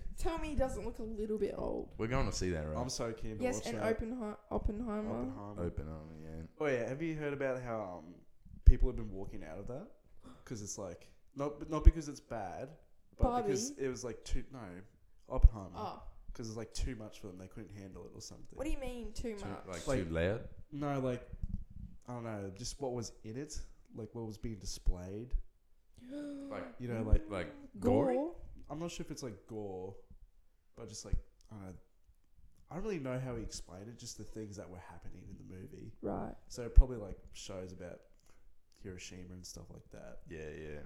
Speaker 1: Tell me he doesn't look a little bit old.
Speaker 3: We're going to see that, right?
Speaker 2: I'm so keen to
Speaker 1: Yes,
Speaker 2: watch
Speaker 1: and
Speaker 2: that.
Speaker 1: Oppenhe- Oppenheimer.
Speaker 2: Oppenheimer.
Speaker 3: Open on yeah.
Speaker 2: Oh yeah, have you heard about how um, people have been walking out of that because it's like not not because it's bad, but because
Speaker 1: Barbie?
Speaker 2: it was like too no Oppenheimer
Speaker 1: Oh,
Speaker 2: because it's like too much for them. They couldn't handle it or something.
Speaker 1: what do you mean too
Speaker 3: Too,
Speaker 1: much?
Speaker 3: like,
Speaker 2: Like-
Speaker 3: too loud.
Speaker 2: no, like I don't know, just what was in it, like what was being displayed.
Speaker 3: Like-
Speaker 2: You know, like
Speaker 3: Like
Speaker 1: gore.
Speaker 3: gory.
Speaker 2: I'm not sure if it's like gore, but just like I don't know. I don't really know how he explained it. Just the things that were happening in the movie.
Speaker 1: Right.
Speaker 2: So it probably like shows about Hiroshima and stuff like that.
Speaker 3: Yeah, yeah.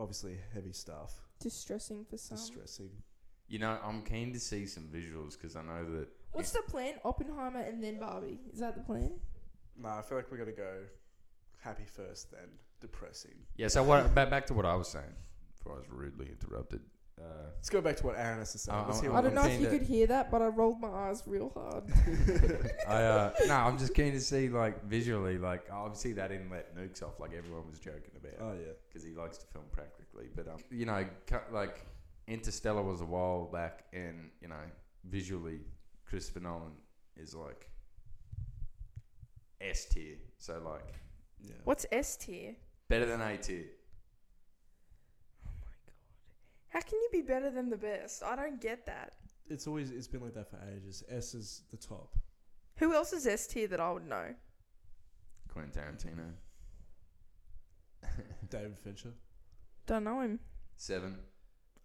Speaker 2: obviously heavy stuff,
Speaker 1: Distressing for some.
Speaker 2: distressing.
Speaker 3: You know, I'm keen to see some visuals because I know that
Speaker 1: What's the plan? Oppenheimer and then Barbie. Is that the plan?
Speaker 2: Nah, I feel like we gotta go happy first, then depressing.
Speaker 3: Yeah, so what, back, back to what I was saying before I was rudely interrupted. Uh,
Speaker 2: Let's go back to what Aaron has to say.
Speaker 3: I-
Speaker 2: Let's
Speaker 3: I-
Speaker 2: hear
Speaker 3: Yeah,
Speaker 1: I
Speaker 2: what
Speaker 1: don't know if
Speaker 3: saying
Speaker 1: you
Speaker 3: that-
Speaker 1: could hear that, but I rolled my eyes real hard.
Speaker 3: I uh, no, I'm just keen to see like visually, like obviously that didn't let nukes off like everyone was joking about
Speaker 2: Oh yeah,
Speaker 3: because he likes to film practically. But um, you know, cu- like Interstellar was a while back, and you know, visually, Christopher Nolan is like S tier, so like
Speaker 2: yeah.
Speaker 1: What's S tier?
Speaker 3: better than A tier.
Speaker 1: Oh How can you be better than the best? I don't get that.
Speaker 2: It's always it's been like that for ages. S is the top.
Speaker 1: Who else is S tier that I would know?
Speaker 3: Quentin Tarantino,
Speaker 2: David Fincher.
Speaker 1: Don't know him.
Speaker 3: Seven,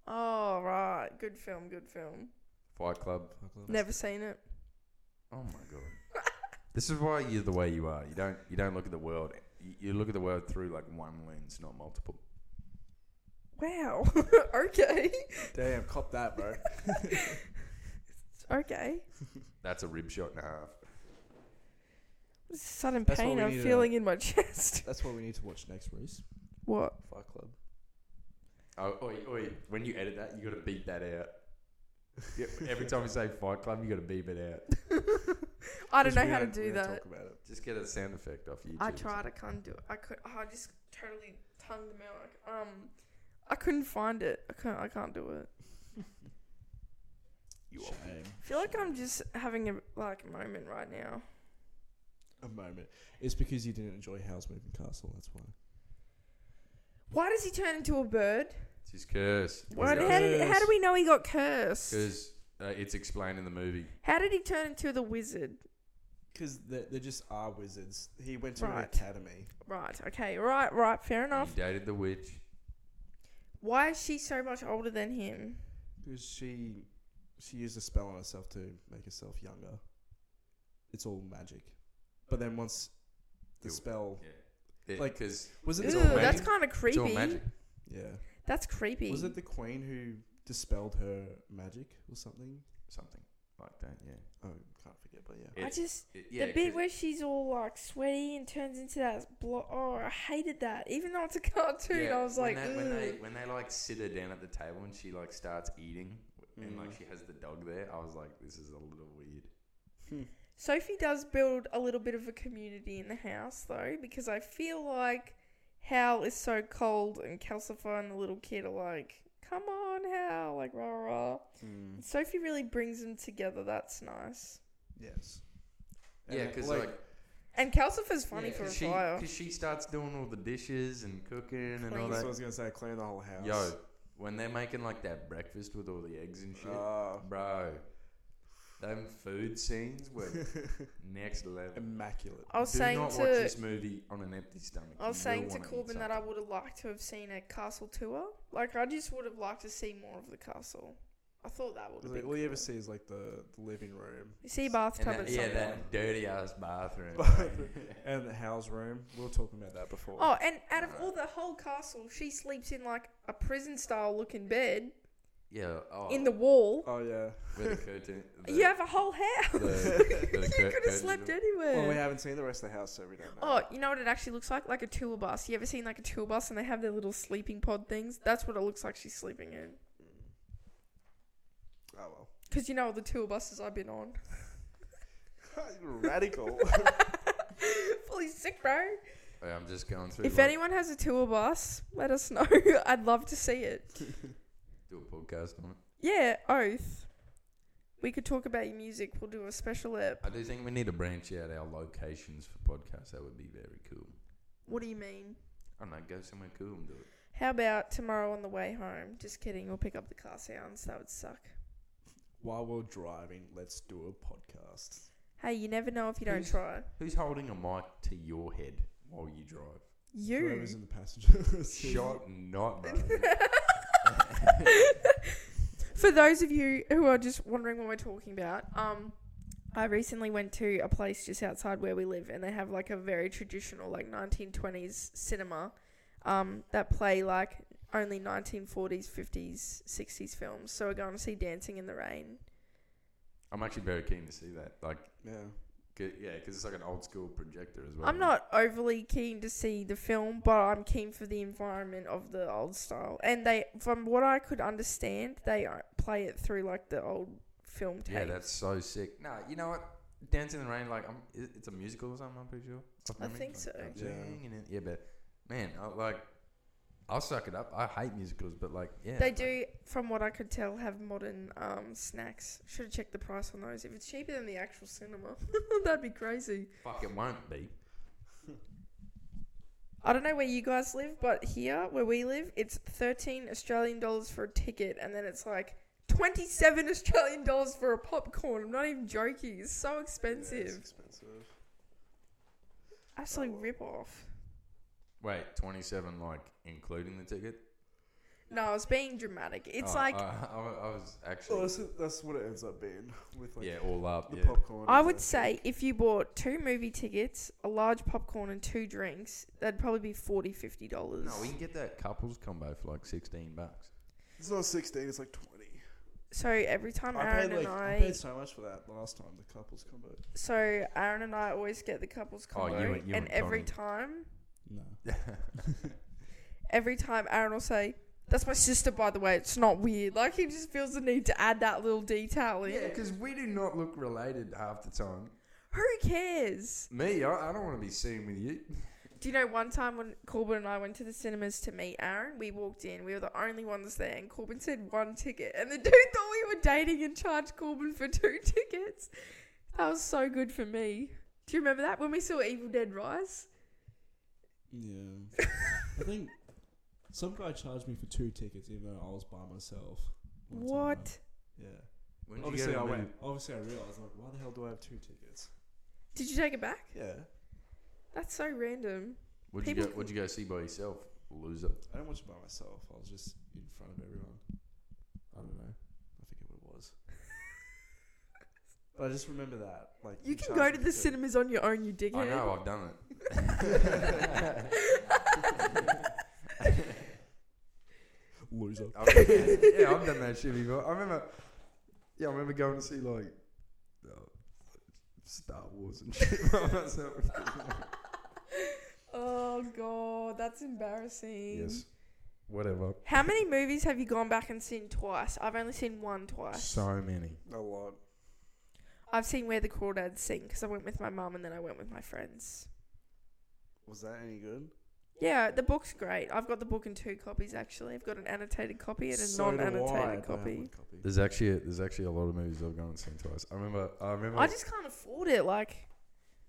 Speaker 1: Oh right, good film, good film.
Speaker 3: Fight Club.
Speaker 2: Fuck off.
Speaker 1: Never seen it.
Speaker 3: Oh my god. this is why you're the way you are. You don't you don't look at the world. You- You look at the world through like one lens, not multiple.
Speaker 1: Wow. okay.
Speaker 2: Damn, cop that, bro.
Speaker 1: Okay.
Speaker 3: That's a rib shot and a half.
Speaker 1: Sudden
Speaker 2: That's what
Speaker 1: pain
Speaker 2: we
Speaker 1: I'm
Speaker 2: need to-
Speaker 1: feeling in my chest.
Speaker 2: That's what we need to watch next, Reese.
Speaker 1: What?
Speaker 2: Fight Club.
Speaker 3: Oh, oi, oi. When you edit that, you got to beep that out. Yep. Every time we say Fight Club, you got to beep it out.
Speaker 1: I don't
Speaker 2: 'Cause
Speaker 1: know
Speaker 2: we
Speaker 1: how to
Speaker 2: don't- we
Speaker 1: do
Speaker 2: don't
Speaker 1: that.
Speaker 2: Talk about it.
Speaker 3: Just get a sound effect off YouTube.
Speaker 1: I tried. I can't do it. I could. Oh, I just totally tongued them out. Like, um, I couldn't find it. I can't. I can't do it.
Speaker 2: You Shame.
Speaker 1: I feel like I'm just having a like moment right now.
Speaker 2: a moment. It's because you didn't enjoy Howl's Moving Castle. That's why.
Speaker 1: Why does he turn into a bird?
Speaker 3: It's his curse.
Speaker 1: Why? How, did, how do we know he got cursed?
Speaker 3: Because uh, it's explained in the movie.
Speaker 1: How did he turn into the wizard?
Speaker 2: Because they, they just are wizards. He went to an
Speaker 1: Right.
Speaker 2: academy.
Speaker 1: Right. Okay. Right. Right. Fair
Speaker 3: He
Speaker 1: enough.
Speaker 3: dated the witch.
Speaker 1: Why is she so much older than him?
Speaker 2: Because she she used a spell on herself to make herself younger. It's all magic. But then once the
Speaker 3: Ew.
Speaker 2: spell
Speaker 3: Yeah.
Speaker 2: Like-
Speaker 3: because
Speaker 2: was it
Speaker 1: Ew,
Speaker 2: the
Speaker 3: all
Speaker 2: queen?
Speaker 1: that's
Speaker 3: magic.
Speaker 1: kind of
Speaker 3: it's all
Speaker 1: creepy.
Speaker 3: magic.
Speaker 2: yeah.
Speaker 1: That's creepy.
Speaker 2: Was it the queen who dispelled her magic or something?
Speaker 3: Something like that, yeah.
Speaker 2: Oh, can't forget. But yeah,
Speaker 1: I
Speaker 3: It-
Speaker 1: just
Speaker 3: it- yeah,
Speaker 1: the bit
Speaker 3: 'cause
Speaker 1: where she's all like sweaty and turns into that blo Oh, I hated that. Even though it's a cartoon,
Speaker 3: Yeah,
Speaker 1: I was
Speaker 3: when
Speaker 1: like,
Speaker 3: they, when they
Speaker 1: "Ugh."
Speaker 3: when they like sit her down at the table and she like starts eating and like she has the dog there, I was like, this is a little weird.
Speaker 1: Sophie does build a little bit of a community in the house though, because I feel like Hal is so cold and Calcifer and the little kid are like, "Come on, Hal!" Like rah rah.
Speaker 2: Hmm.
Speaker 3: Mm.
Speaker 1: And Sophie really brings them together. That's nice.
Speaker 2: yes. And
Speaker 3: Yeah,
Speaker 2: it-
Speaker 3: because like,
Speaker 1: And Calcifer's funny
Speaker 3: yeah,
Speaker 1: for a
Speaker 3: 'cause she,
Speaker 1: while.
Speaker 3: Because she starts doing all the dishes and cooking and all
Speaker 1: Clean.
Speaker 2: that's what I
Speaker 3: that.
Speaker 2: was gonna say. Clean the whole house.
Speaker 3: Yo, when they're making like that breakfast with all the eggs and shit,
Speaker 2: Ah.
Speaker 3: bro, them food scenes were next level.
Speaker 2: immaculate.
Speaker 1: I was
Speaker 3: Do
Speaker 1: saying
Speaker 3: not
Speaker 1: to
Speaker 3: watch this movie on an empty stomach.
Speaker 1: I was
Speaker 3: You
Speaker 1: saying
Speaker 3: will
Speaker 1: to
Speaker 3: wanna eat
Speaker 1: Corbin that I
Speaker 3: something.
Speaker 1: would have liked to have seen a castle tour. Like, I just would have liked to see more of the castle. I thought that would have
Speaker 2: Like,
Speaker 1: been.
Speaker 2: all you
Speaker 1: cool.
Speaker 2: ever see is like the, the living room
Speaker 1: You see a bathtub
Speaker 3: And
Speaker 1: and
Speaker 3: that, yeah,
Speaker 1: something.
Speaker 3: that dirty ass bathroom.
Speaker 2: and the house room. We were talking about that before.
Speaker 1: Oh, and out of all the whole castle, she sleeps in like a prison style looking bed
Speaker 3: yeah, oh,
Speaker 1: in the wall.
Speaker 2: Oh, yeah.
Speaker 3: with the curtain. the-
Speaker 1: you have a whole
Speaker 3: the-
Speaker 1: house.
Speaker 3: the
Speaker 1: you
Speaker 3: cur-
Speaker 1: could have
Speaker 3: curtains
Speaker 1: slept
Speaker 3: are-
Speaker 1: anywhere.
Speaker 2: Well, we haven't seen the rest of the house, so we don't know.
Speaker 1: Oh, you know what it actually looks like? Like a tour bus. You ever seen like a tour bus and they have their little sleeping pod things? That's what it looks like she's sleeping in.
Speaker 2: Oh, well.
Speaker 1: Because you know all the tour buses I've been on.
Speaker 2: Radical.
Speaker 1: Fully sick, bro.
Speaker 3: Wait, I'm just going through.
Speaker 1: If
Speaker 3: like,
Speaker 1: anyone has a tour bus, let us know. I'd love to see it.
Speaker 3: do a podcast on it.
Speaker 1: Yeah, oath. We could talk about your music. We'll do a special ep.
Speaker 3: I do think we need to branch out our locations for podcasts. That would be very cool.
Speaker 1: What do you mean?
Speaker 3: I don't know, go somewhere cool and do it.
Speaker 1: How about tomorrow on the way home? Just kidding. We'll pick up the car sounds. That would suck.
Speaker 2: While we're driving, let's do a podcast.
Speaker 1: Hey, you never know if you don't
Speaker 3: Who's-
Speaker 1: try.
Speaker 3: Who's holding a mic to your head while you drive?
Speaker 1: You.
Speaker 2: Whoever's in the passenger seat.
Speaker 3: Shot not, bro.
Speaker 1: For those of you who are just wondering what we're talking about, um, I recently went to a place just outside where we live, and they have like a very traditional, like 1920s cinema, um, that play like only 1940s, 50s, 60s films. So we're going to see Dancing in the Rain.
Speaker 3: I'm actually very keen to see that. Like,
Speaker 2: Yeah.
Speaker 3: 'cause- yeah, because it's like an old school projector as well.
Speaker 1: I'm not overly keen to see the film, but I'm keen for the environment of the old style. And they, from what I could understand, they uh, play it through like the old film tape.
Speaker 3: Yeah, that's so sick. No, you know what? Dancing in the Rain, like, I'm, i- it's a musical or something, I'm pretty sure. Off
Speaker 1: I
Speaker 3: memory.
Speaker 1: think
Speaker 3: Like,
Speaker 1: so.
Speaker 3: I'm
Speaker 2: Yeah.
Speaker 3: singing it. Yeah, but, man, I, like, I'll suck it up. I hate musicals, but, like, yeah.
Speaker 1: They
Speaker 3: like,
Speaker 1: do, from what I could tell, have modern um, snacks. Should have checked the price on those. If it's cheaper than the actual cinema, that'd be crazy.
Speaker 3: Fuck, it won't be.
Speaker 1: I don't know where you guys live, but here where we live, it's 13 Australian dollars for a ticket, and then it's like 27 Australian dollars for a popcorn. I'm not even joking. It's so
Speaker 2: Yeah, it's
Speaker 1: expensive.
Speaker 2: expensive.
Speaker 3: Oh.
Speaker 1: Absolute rip off.
Speaker 3: Wait, 27, like, including the ticket?
Speaker 1: No, I was being dramatic. It's
Speaker 3: Oh,
Speaker 1: like
Speaker 3: I, I, I was actually
Speaker 2: Well, Oh, that's, that's what it ends up being with like
Speaker 3: yeah, all up.
Speaker 2: the
Speaker 3: yeah.
Speaker 2: popcorn.
Speaker 1: I
Speaker 2: and
Speaker 1: would
Speaker 2: the-
Speaker 1: say if you bought two movie tickets, a large popcorn, and two drinks, that'd probably be forty, fifty dollars.
Speaker 3: No, we can get that couples combo for like sixteen bucks.
Speaker 2: it's not sixteen; it's like twenty.
Speaker 1: So every time
Speaker 2: I
Speaker 1: Aaron
Speaker 2: paid like
Speaker 1: and
Speaker 2: I,
Speaker 1: I,
Speaker 2: paid so much for that last time. The couples combo.
Speaker 1: so Aaron and I always get the couples
Speaker 3: Oh,
Speaker 1: combo,
Speaker 3: you and- you
Speaker 1: and
Speaker 3: and
Speaker 1: every
Speaker 3: Connie.
Speaker 1: time,
Speaker 2: No.
Speaker 1: every time Aaron will say, "That's my sister." By the way, it's not weird. Like he just feels the need to add that little detail in.
Speaker 3: yeah, because we do not look related half the time.
Speaker 1: Who cares?
Speaker 3: Me, I, I don't want to be seen with you.
Speaker 1: Do you know one time when Corbin and I went to the cinemas to meet Aaron? We walked in, we were the only ones there, and Corbin said one ticket. And the dude thought we were dating and charged Corbin for two tickets. That was so good for me. Do you remember that when we saw Evil Dead Rise?
Speaker 2: Yeah. I think some guy charged me for two tickets, even though I was by myself. one time.
Speaker 1: What?
Speaker 2: Yeah.
Speaker 3: When did you
Speaker 2: Obviously,
Speaker 3: go
Speaker 2: I
Speaker 3: to
Speaker 2: went.
Speaker 3: Melbourne?
Speaker 2: Obviously, I realized like, why the hell do I have two tickets?
Speaker 1: Did you take it back?
Speaker 2: Yeah.
Speaker 1: That's so random.
Speaker 3: Would you go?
Speaker 1: People-
Speaker 3: Would you go see by yourself, loser?
Speaker 2: I didn't watch it by myself. I was just in front of everyone. I don't know. I forget what it was. But I just remember that. Like
Speaker 1: You
Speaker 2: he
Speaker 1: can
Speaker 2: charged
Speaker 1: go
Speaker 2: me
Speaker 1: to
Speaker 2: for
Speaker 1: the
Speaker 2: two.
Speaker 1: cinemas on your own, you dickhead.
Speaker 3: I know, I've done it.
Speaker 2: Loser.
Speaker 3: I've, yeah, I've done that shit before. I remember. Yeah, I remember going to see like uh, Star Wars and shit by myself.
Speaker 1: Oh, God, that's embarrassing.
Speaker 3: yes, whatever.
Speaker 1: How many movies have you gone back and seen twice? I've only seen one twice.
Speaker 3: So many.
Speaker 2: A lot.
Speaker 1: I've seen Where the Crawdads Sing because I went with my mum and then I went with my friends.
Speaker 2: Was that any good?
Speaker 1: Yeah, the book's great. I've got the book in two copies actually. I've got an annotated copy and a
Speaker 2: So do I, but I
Speaker 1: non-annotated
Speaker 2: have one
Speaker 1: copy.
Speaker 2: copy.
Speaker 3: There's actually a, there's actually a lot of movies I've gone and seen twice. I remember I remember
Speaker 1: I just can't afford it. Like,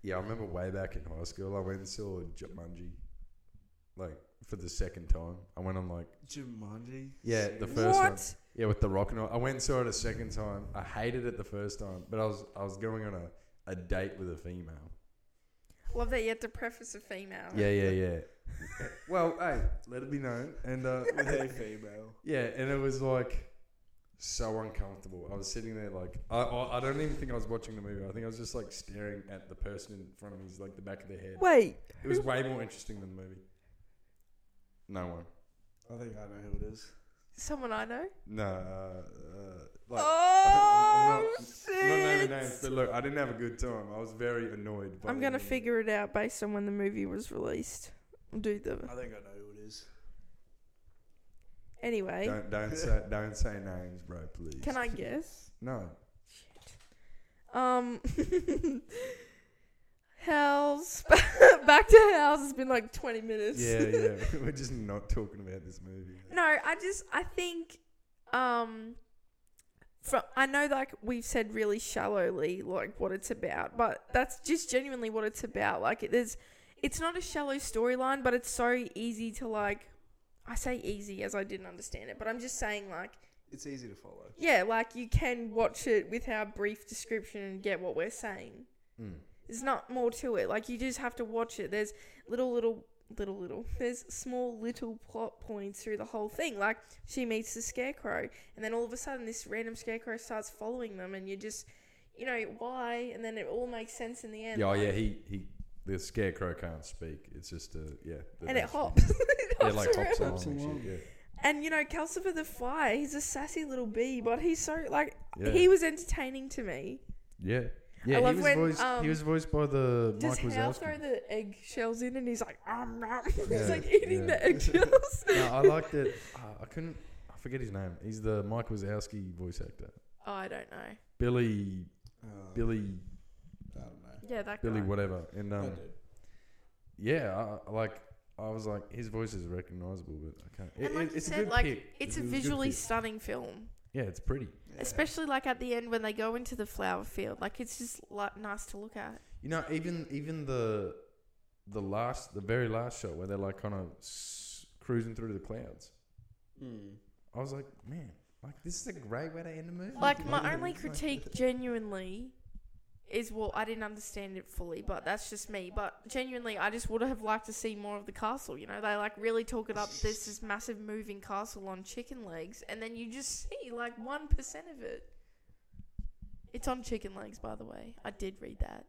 Speaker 3: yeah I remember way back in high school I went and saw Jumanji, like for the second time. I went on like
Speaker 2: Jumanji.
Speaker 3: yeah the
Speaker 2: Seriously?
Speaker 3: first
Speaker 1: what?
Speaker 3: one yeah with the rock and all. I went and saw it a second time. I hated it the first time, but I was I was going on a, a date with a female.
Speaker 1: Love that you had to preface a female.
Speaker 3: Yeah yeah yeah. well hey, let it be known and uh,
Speaker 2: With a female.
Speaker 3: Yeah, and it was like so uncomfortable. I was sitting there like I, I I don't even think I was watching the movie. I think I was just like staring at the person in front of me's like the back of their head.
Speaker 1: Wait,
Speaker 3: It was way more interesting than the movie. No one.
Speaker 2: I think I know who it is.
Speaker 1: someone I know.
Speaker 3: No. Uh, uh, like,
Speaker 1: oh
Speaker 3: I'm
Speaker 1: shit!
Speaker 3: not naming names, but look, I didn't have a good time. I was very annoyed. By
Speaker 1: I'm
Speaker 3: the
Speaker 1: gonna
Speaker 3: movie.
Speaker 1: figure it out based on when the movie was released. I'll do the
Speaker 2: I think I know who it is.
Speaker 1: anyway.
Speaker 3: Don't don't say don't say names, bro. Please.
Speaker 1: Can I guess?
Speaker 3: No.
Speaker 1: Um, Hell's back to Hell's. It's been like 20 minutes.
Speaker 3: Yeah, yeah. We're just not talking about this movie.
Speaker 1: No, I just I think um from I know like we've said really shallowly like what it's about, but that's just genuinely what it's about. Like it is it's not a shallow storyline, but it's so easy to like I say easy as I didn't understand it, but I'm just saying like
Speaker 2: It's easy to follow.
Speaker 1: yeah, like you can watch it with our brief description and get what we're saying.
Speaker 3: Mm.
Speaker 1: There's not more to it. Like you just have to watch it. There's little little little little there's small little plot points through the whole thing. Like she meets the scarecrow and then all of a sudden this random scarecrow starts following them and you just you know, why? And then it all makes sense in the end.
Speaker 3: Yeah, oh,
Speaker 1: like-
Speaker 3: yeah. He he. The scarecrow can't speak. It's just a yeah. the
Speaker 1: And it
Speaker 3: dance
Speaker 1: hops.
Speaker 3: thing.
Speaker 1: it
Speaker 3: Yeah,
Speaker 1: hops
Speaker 3: like
Speaker 1: around.
Speaker 3: hops along.
Speaker 2: Hops
Speaker 3: and
Speaker 2: along.
Speaker 3: shit,
Speaker 1: And you know, Calcifer the Fire, he's a sassy little bee, but he's so like
Speaker 3: Yeah.
Speaker 1: he was entertaining to me.
Speaker 3: Yeah. Yeah. Yeah,
Speaker 1: love
Speaker 3: he was
Speaker 1: when,
Speaker 3: voiced.
Speaker 1: um,
Speaker 3: he was voiced by the
Speaker 1: Does
Speaker 3: Mike
Speaker 1: Hal
Speaker 3: Wazowski.
Speaker 1: throw the eggshells in and he's like, um, nom.
Speaker 3: Yeah,
Speaker 1: he's like eating
Speaker 3: yeah.
Speaker 1: the eggshells. Oh,
Speaker 3: no, I liked it. Uh, I couldn't. I forget his name. He's the Mike Wazowski voice actor.
Speaker 1: oh, I don't know.
Speaker 3: Billy,
Speaker 2: Uh,
Speaker 3: Billy,
Speaker 2: I don't know.
Speaker 1: Yeah, that
Speaker 3: Billy,
Speaker 1: guy.
Speaker 3: whatever. And
Speaker 2: I
Speaker 3: um,
Speaker 2: did.
Speaker 3: yeah, I, I like I was like, his voice is recognizable, but I can't. It,
Speaker 1: And like
Speaker 3: it-
Speaker 1: you
Speaker 3: it's a
Speaker 1: said,
Speaker 3: good
Speaker 1: like
Speaker 3: pick.
Speaker 1: it's
Speaker 3: It
Speaker 1: a
Speaker 3: was good
Speaker 1: visually
Speaker 3: pick.
Speaker 1: stunning film,
Speaker 3: yeah, it's pretty.
Speaker 2: Yeah.
Speaker 1: especially like at the end when they go into the flower field. Like it's just like nice to look at.
Speaker 3: You know, even even the the last, the very last shot where they're like kind of s- cruising through the clouds.
Speaker 2: Mm.
Speaker 3: I was like, man, like this is a great way to end a movie.
Speaker 1: Like my only critique, genuinely, is well, I didn't understand it fully, but that's just me. But genuinely, I just would have liked to see more of the castle. You know, they like really talk it up. There's this massive moving castle on chicken legs, and then you just see like one percent of it. It's on chicken legs, by the way. I did read that.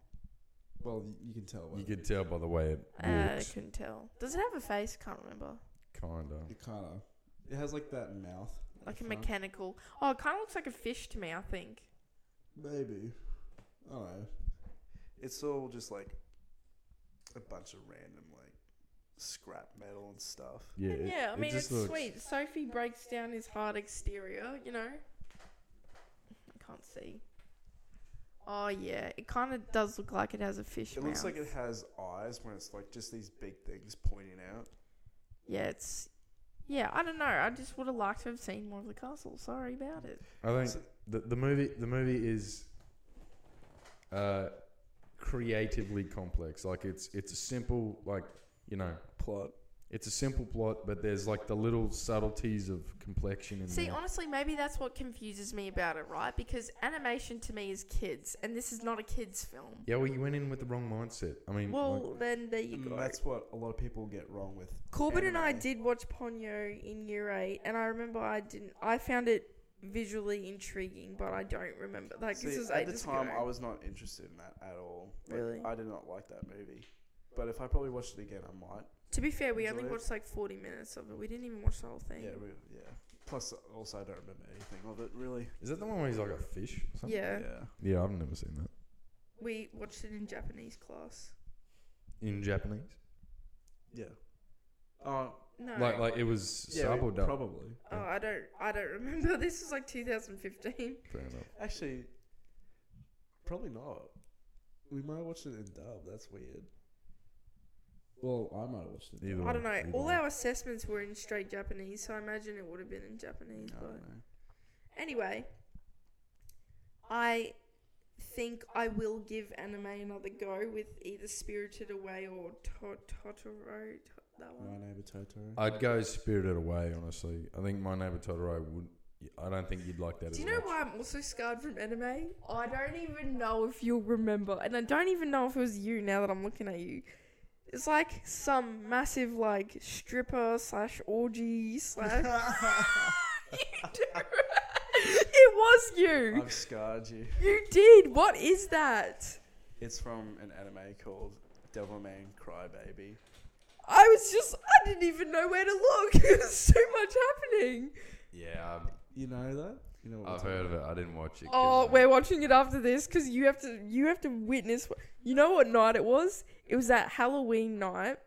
Speaker 2: Well, y- you can tell.
Speaker 3: You
Speaker 2: whether
Speaker 3: can tell by the way it
Speaker 1: Uh, I
Speaker 3: walks,
Speaker 1: couldn't tell. Does it have a face? Can't remember.
Speaker 3: kinda.
Speaker 2: It kind of. It has like that mouth. at
Speaker 1: Like
Speaker 2: the
Speaker 1: a
Speaker 2: front.
Speaker 1: mechanical. Oh, it kind of looks like a fish to me. I think.
Speaker 2: Maybe. I don't know.
Speaker 4: It's all just like a bunch of random like scrap metal and stuff.
Speaker 3: Yeah,
Speaker 1: And
Speaker 3: it-
Speaker 1: yeah, I
Speaker 3: it
Speaker 1: mean
Speaker 3: just
Speaker 1: it's
Speaker 3: looks-
Speaker 1: sweet. Sophie breaks down his hard exterior, you know. I can't see. Oh yeah, it kind of does look like it has a fish
Speaker 4: It
Speaker 1: mouth.
Speaker 4: looks like it has eyes when it's like just these big things pointing out.
Speaker 1: yeah, it's yeah. I don't know. I just would have liked to have seen more of the castle. Sorry about it.
Speaker 3: I
Speaker 4: So-
Speaker 3: think the, the movie the movie is uh, creatively complex. Like it's it's a simple like you know
Speaker 4: Plot.
Speaker 3: it's a simple plot, but there's like the little subtleties of complexion in
Speaker 1: See,
Speaker 3: there.
Speaker 1: honestly, maybe that's what confuses me about it, right? Because animation to me is kids, and this is not a kids film.
Speaker 3: yeah, well, you went in with the wrong mindset. I mean, like,
Speaker 1: Well, then there you
Speaker 2: And
Speaker 1: go.
Speaker 2: mm, that's what a lot of people get wrong with.
Speaker 1: Corbin and I
Speaker 2: anime.
Speaker 1: did watch Ponyo in year eight, and I remember I didn't. I found it visually intriguing, but I don't remember. Like
Speaker 4: See,
Speaker 1: this was
Speaker 4: at
Speaker 1: eight
Speaker 4: the
Speaker 1: years
Speaker 4: time, I
Speaker 1: ago.
Speaker 4: was not interested in that at all. Like,
Speaker 1: Really?
Speaker 4: I did not like that movie. But if I probably watched it again, I might.
Speaker 1: to be fair, we only
Speaker 4: enjoyed it.
Speaker 1: watched like forty minutes of it. We didn't even watch the whole thing.
Speaker 4: Yeah, we, yeah. Plus, also, I don't remember anything of it really.
Speaker 3: is that the one where he's like a fish? Or something?
Speaker 1: Yeah,
Speaker 3: Yeah, I've never seen that
Speaker 1: we watched it in Japanese class.
Speaker 3: in Japanese.
Speaker 4: Yeah. Oh,
Speaker 1: No,
Speaker 3: Like like it was
Speaker 4: Yeah,
Speaker 3: sub
Speaker 4: we
Speaker 3: or dub.
Speaker 2: Probably.
Speaker 1: oh, I don't, I don't remember. This was like 2015.
Speaker 3: Fair enough.
Speaker 4: actually,
Speaker 2: Probably not. We might watch it in dub. That's weird. Well, I might have watched it. in
Speaker 3: Either
Speaker 2: dub.
Speaker 1: I don't know.
Speaker 3: Either
Speaker 1: All
Speaker 3: way.
Speaker 1: our assessments were in straight Japanese, so I imagine it would have been in Japanese.
Speaker 2: I
Speaker 1: but
Speaker 2: don't know.
Speaker 1: Anyway, I think I will give anime another go with either Spirited Away or to- Totoro. To- that
Speaker 2: My
Speaker 1: one.
Speaker 2: neighbor Totoro.
Speaker 3: I'd go Spirited Away, honestly. I think My Neighbor Totoro would. I don't think you'd like
Speaker 1: Do
Speaker 3: that. as
Speaker 1: you know
Speaker 3: much.
Speaker 1: why I'm also scarred from anime? I don't even know if you'll remember, and I don't even know if it was you. Now that I'm looking at you, it's like some massive like stripper slash orgy slash. You do- it was you.
Speaker 4: I've scarred you.
Speaker 1: You did. What is that?
Speaker 4: It's from an anime called Devilman Crybaby.
Speaker 1: I was just, I didn't even know where to look. There's so much happening.
Speaker 3: Yeah, um,
Speaker 2: You know that? You know what
Speaker 3: I've,
Speaker 2: we're
Speaker 3: I've
Speaker 2: talking
Speaker 3: heard of
Speaker 2: about.
Speaker 3: it. I didn't watch it. 'cause,
Speaker 1: Oh,
Speaker 3: uh,
Speaker 1: we're watching it after this because you have to, you have to witness. wh- You know what night it was? It was that Halloween night.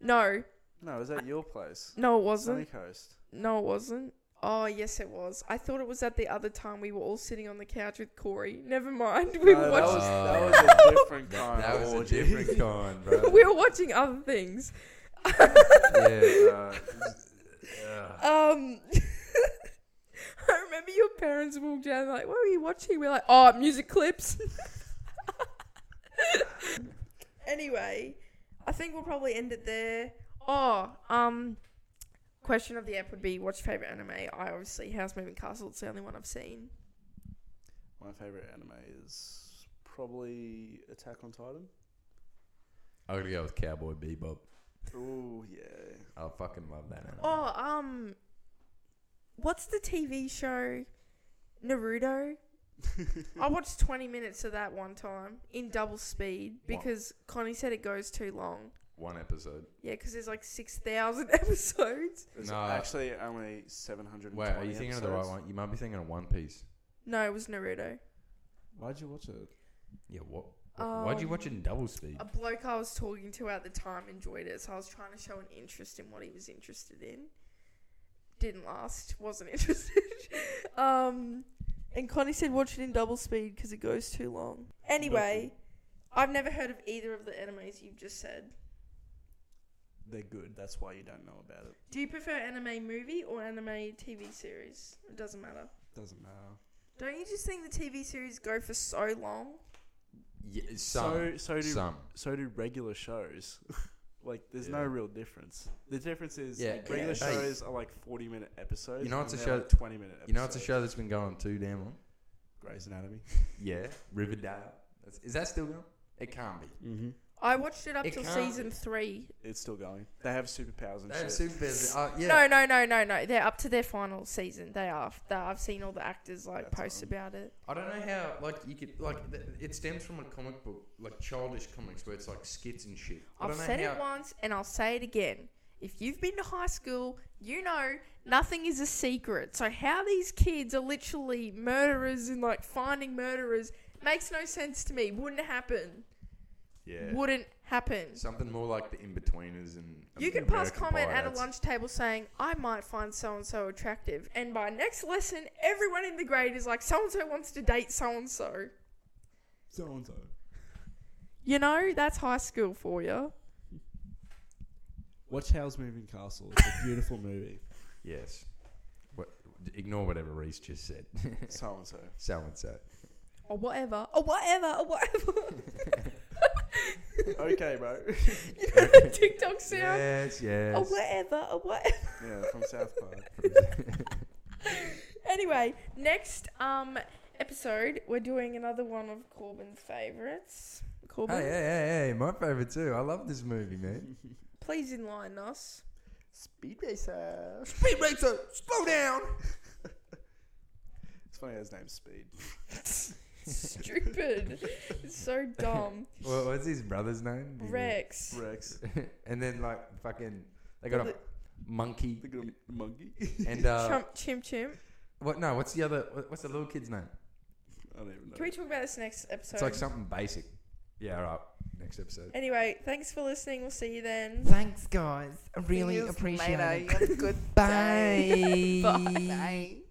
Speaker 1: No,
Speaker 4: No, is that your place?
Speaker 1: no, it
Speaker 4: Sunny
Speaker 1: wasn't.
Speaker 4: Coast.
Speaker 1: No, it wasn't. Oh, yes, it was. I thought it was at the other time we were all sitting on the couch with Corey. Never mind. We
Speaker 4: No,
Speaker 1: were
Speaker 4: that
Speaker 1: watching.
Speaker 4: was, that
Speaker 3: Oh.
Speaker 4: was a different kind
Speaker 3: That
Speaker 4: of
Speaker 3: was a
Speaker 4: orgy.
Speaker 3: different kind, bro.
Speaker 1: we were watching other things.
Speaker 3: yeah, uh, yeah.
Speaker 1: Um, I remember your parents walked down like, "What were you watching?" We're like, "Oh, music clips." anyway, I think we'll probably end it there. Oh, um, question of the app would be, "What's your favorite anime?" I obviously House Moving Castle. It's the only one I've seen.
Speaker 4: My favorite anime is probably Attack on Titan.
Speaker 3: I'm gonna go with Cowboy Bebop.
Speaker 4: Oh yeah.
Speaker 3: I fucking love that. Anime.
Speaker 1: Oh, um, what's the TV show? Naruto. I watched 20 minutes of that one time in double speed because Connie said it goes too long.
Speaker 3: One episode.
Speaker 1: Yeah, because there's like 6,000 episodes.
Speaker 4: There's
Speaker 3: No.
Speaker 4: actually only seven hundred.
Speaker 3: Wait, are you thinking of the right one? You might be thinking of One Piece.
Speaker 1: No, it was Naruto.
Speaker 2: Why'd you watch it?
Speaker 3: Yeah, what? what- Why'd you
Speaker 1: Um,
Speaker 3: watch it in double speed?
Speaker 1: A bloke I was talking to at the time enjoyed it, so I was trying to show an interest in what he was interested in. Didn't last. Wasn't interested. um, and Connie said watch it in double speed because it goes too long. Anyway, I've never heard of either of the animes you've just said.
Speaker 4: They're good. That's why you don't know about it.
Speaker 1: Do you prefer anime movie or anime TV series? It doesn't matter.
Speaker 2: Doesn't matter.
Speaker 1: Don't you just think the TV series go for so long?
Speaker 3: Yeah, some.
Speaker 4: So so do
Speaker 3: some.
Speaker 4: so do regular shows. like there's no
Speaker 3: Yeah.
Speaker 4: real difference. The difference is
Speaker 3: Yeah,
Speaker 4: regular
Speaker 3: yeah. Hey.
Speaker 4: shows are like forty minute episodes.
Speaker 3: You know
Speaker 4: and
Speaker 3: it's a
Speaker 4: they're
Speaker 3: show-
Speaker 4: like twenty minute. Episodes.
Speaker 3: You know, it's a show that's been going too damn long.
Speaker 2: Grey's Anatomy.
Speaker 3: Yeah, Riverdale. That's, is that still going? It can't be.
Speaker 4: Mm-hmm.
Speaker 1: I watched it up
Speaker 3: It
Speaker 1: till
Speaker 3: can't
Speaker 1: season three.
Speaker 4: It's still going. They have superpowers and
Speaker 3: They have
Speaker 4: shit.
Speaker 3: superpowers. Uh, yeah.
Speaker 1: No, no, no, no, no. They're up to their final season. They are. They- I've seen all the actors like
Speaker 3: That's
Speaker 1: post
Speaker 3: awesome.
Speaker 1: about it.
Speaker 3: I don't know how like you could like th- it stems from a comic book, like childish comics where it's like skits and shit. I
Speaker 1: I've
Speaker 3: don't know
Speaker 1: said
Speaker 3: how,
Speaker 1: it once and I'll say it again. If you've been to high school, you know nothing is a secret. So how these kids are literally murderers and like finding murderers makes no sense to me. Wouldn't happen.
Speaker 3: Yeah.
Speaker 1: Wouldn't happen.
Speaker 3: Something more like the in betweeners and
Speaker 1: You
Speaker 3: and
Speaker 1: could pass
Speaker 3: American
Speaker 1: comment at a
Speaker 3: Pirates.
Speaker 1: lunch table saying, I might find so and so attractive. And by next lesson, everyone in the grade is like, so and so wants to date so and so.
Speaker 2: So and so.
Speaker 1: You know, that's high school for you.
Speaker 2: Watch Howl's Moving Castle. It's a beautiful movie.
Speaker 3: Yes. What, ignore whatever Reese just said.
Speaker 4: So and so.
Speaker 3: so and so.
Speaker 1: Or whatever. Or whatever. Or whatever.
Speaker 4: Okay, bro.
Speaker 1: you know that TikTok sound?
Speaker 3: Yes, yes.
Speaker 1: Or whatever. Or whatever.
Speaker 4: Yeah, from South Park.
Speaker 1: Anyway, next um episode, we're doing another one of Corbin's favorites. Corbin,
Speaker 3: Hey, hey, hey, hey, my favorite too. I love this movie, man.
Speaker 1: please enlighten us.
Speaker 4: Speed Racer.
Speaker 3: Speed Racer, slow down.
Speaker 4: It's funny his name's Speed.
Speaker 1: Stupid. it's so dumb.
Speaker 3: What, what's his brother's name? His name-
Speaker 1: Rex.
Speaker 4: Rex.
Speaker 3: and then like fucking, they got a monkey
Speaker 4: The good monkey.
Speaker 3: and uh,
Speaker 1: Chump, chimp, chimp.
Speaker 3: what? No, what's the other? what- What's the little kid's name?
Speaker 4: I don't even know.
Speaker 1: Can we talk about this next
Speaker 3: It's
Speaker 1: episode?
Speaker 3: like something basic. Yeah, all right. Next episode.
Speaker 1: anyway, thanks for listening. We'll see you then.
Speaker 6: Thanks, guys. I really
Speaker 7: Feels
Speaker 6: appreciate
Speaker 7: later.
Speaker 6: it.
Speaker 7: You have a good
Speaker 6: Bye.
Speaker 7: Bye. Bye.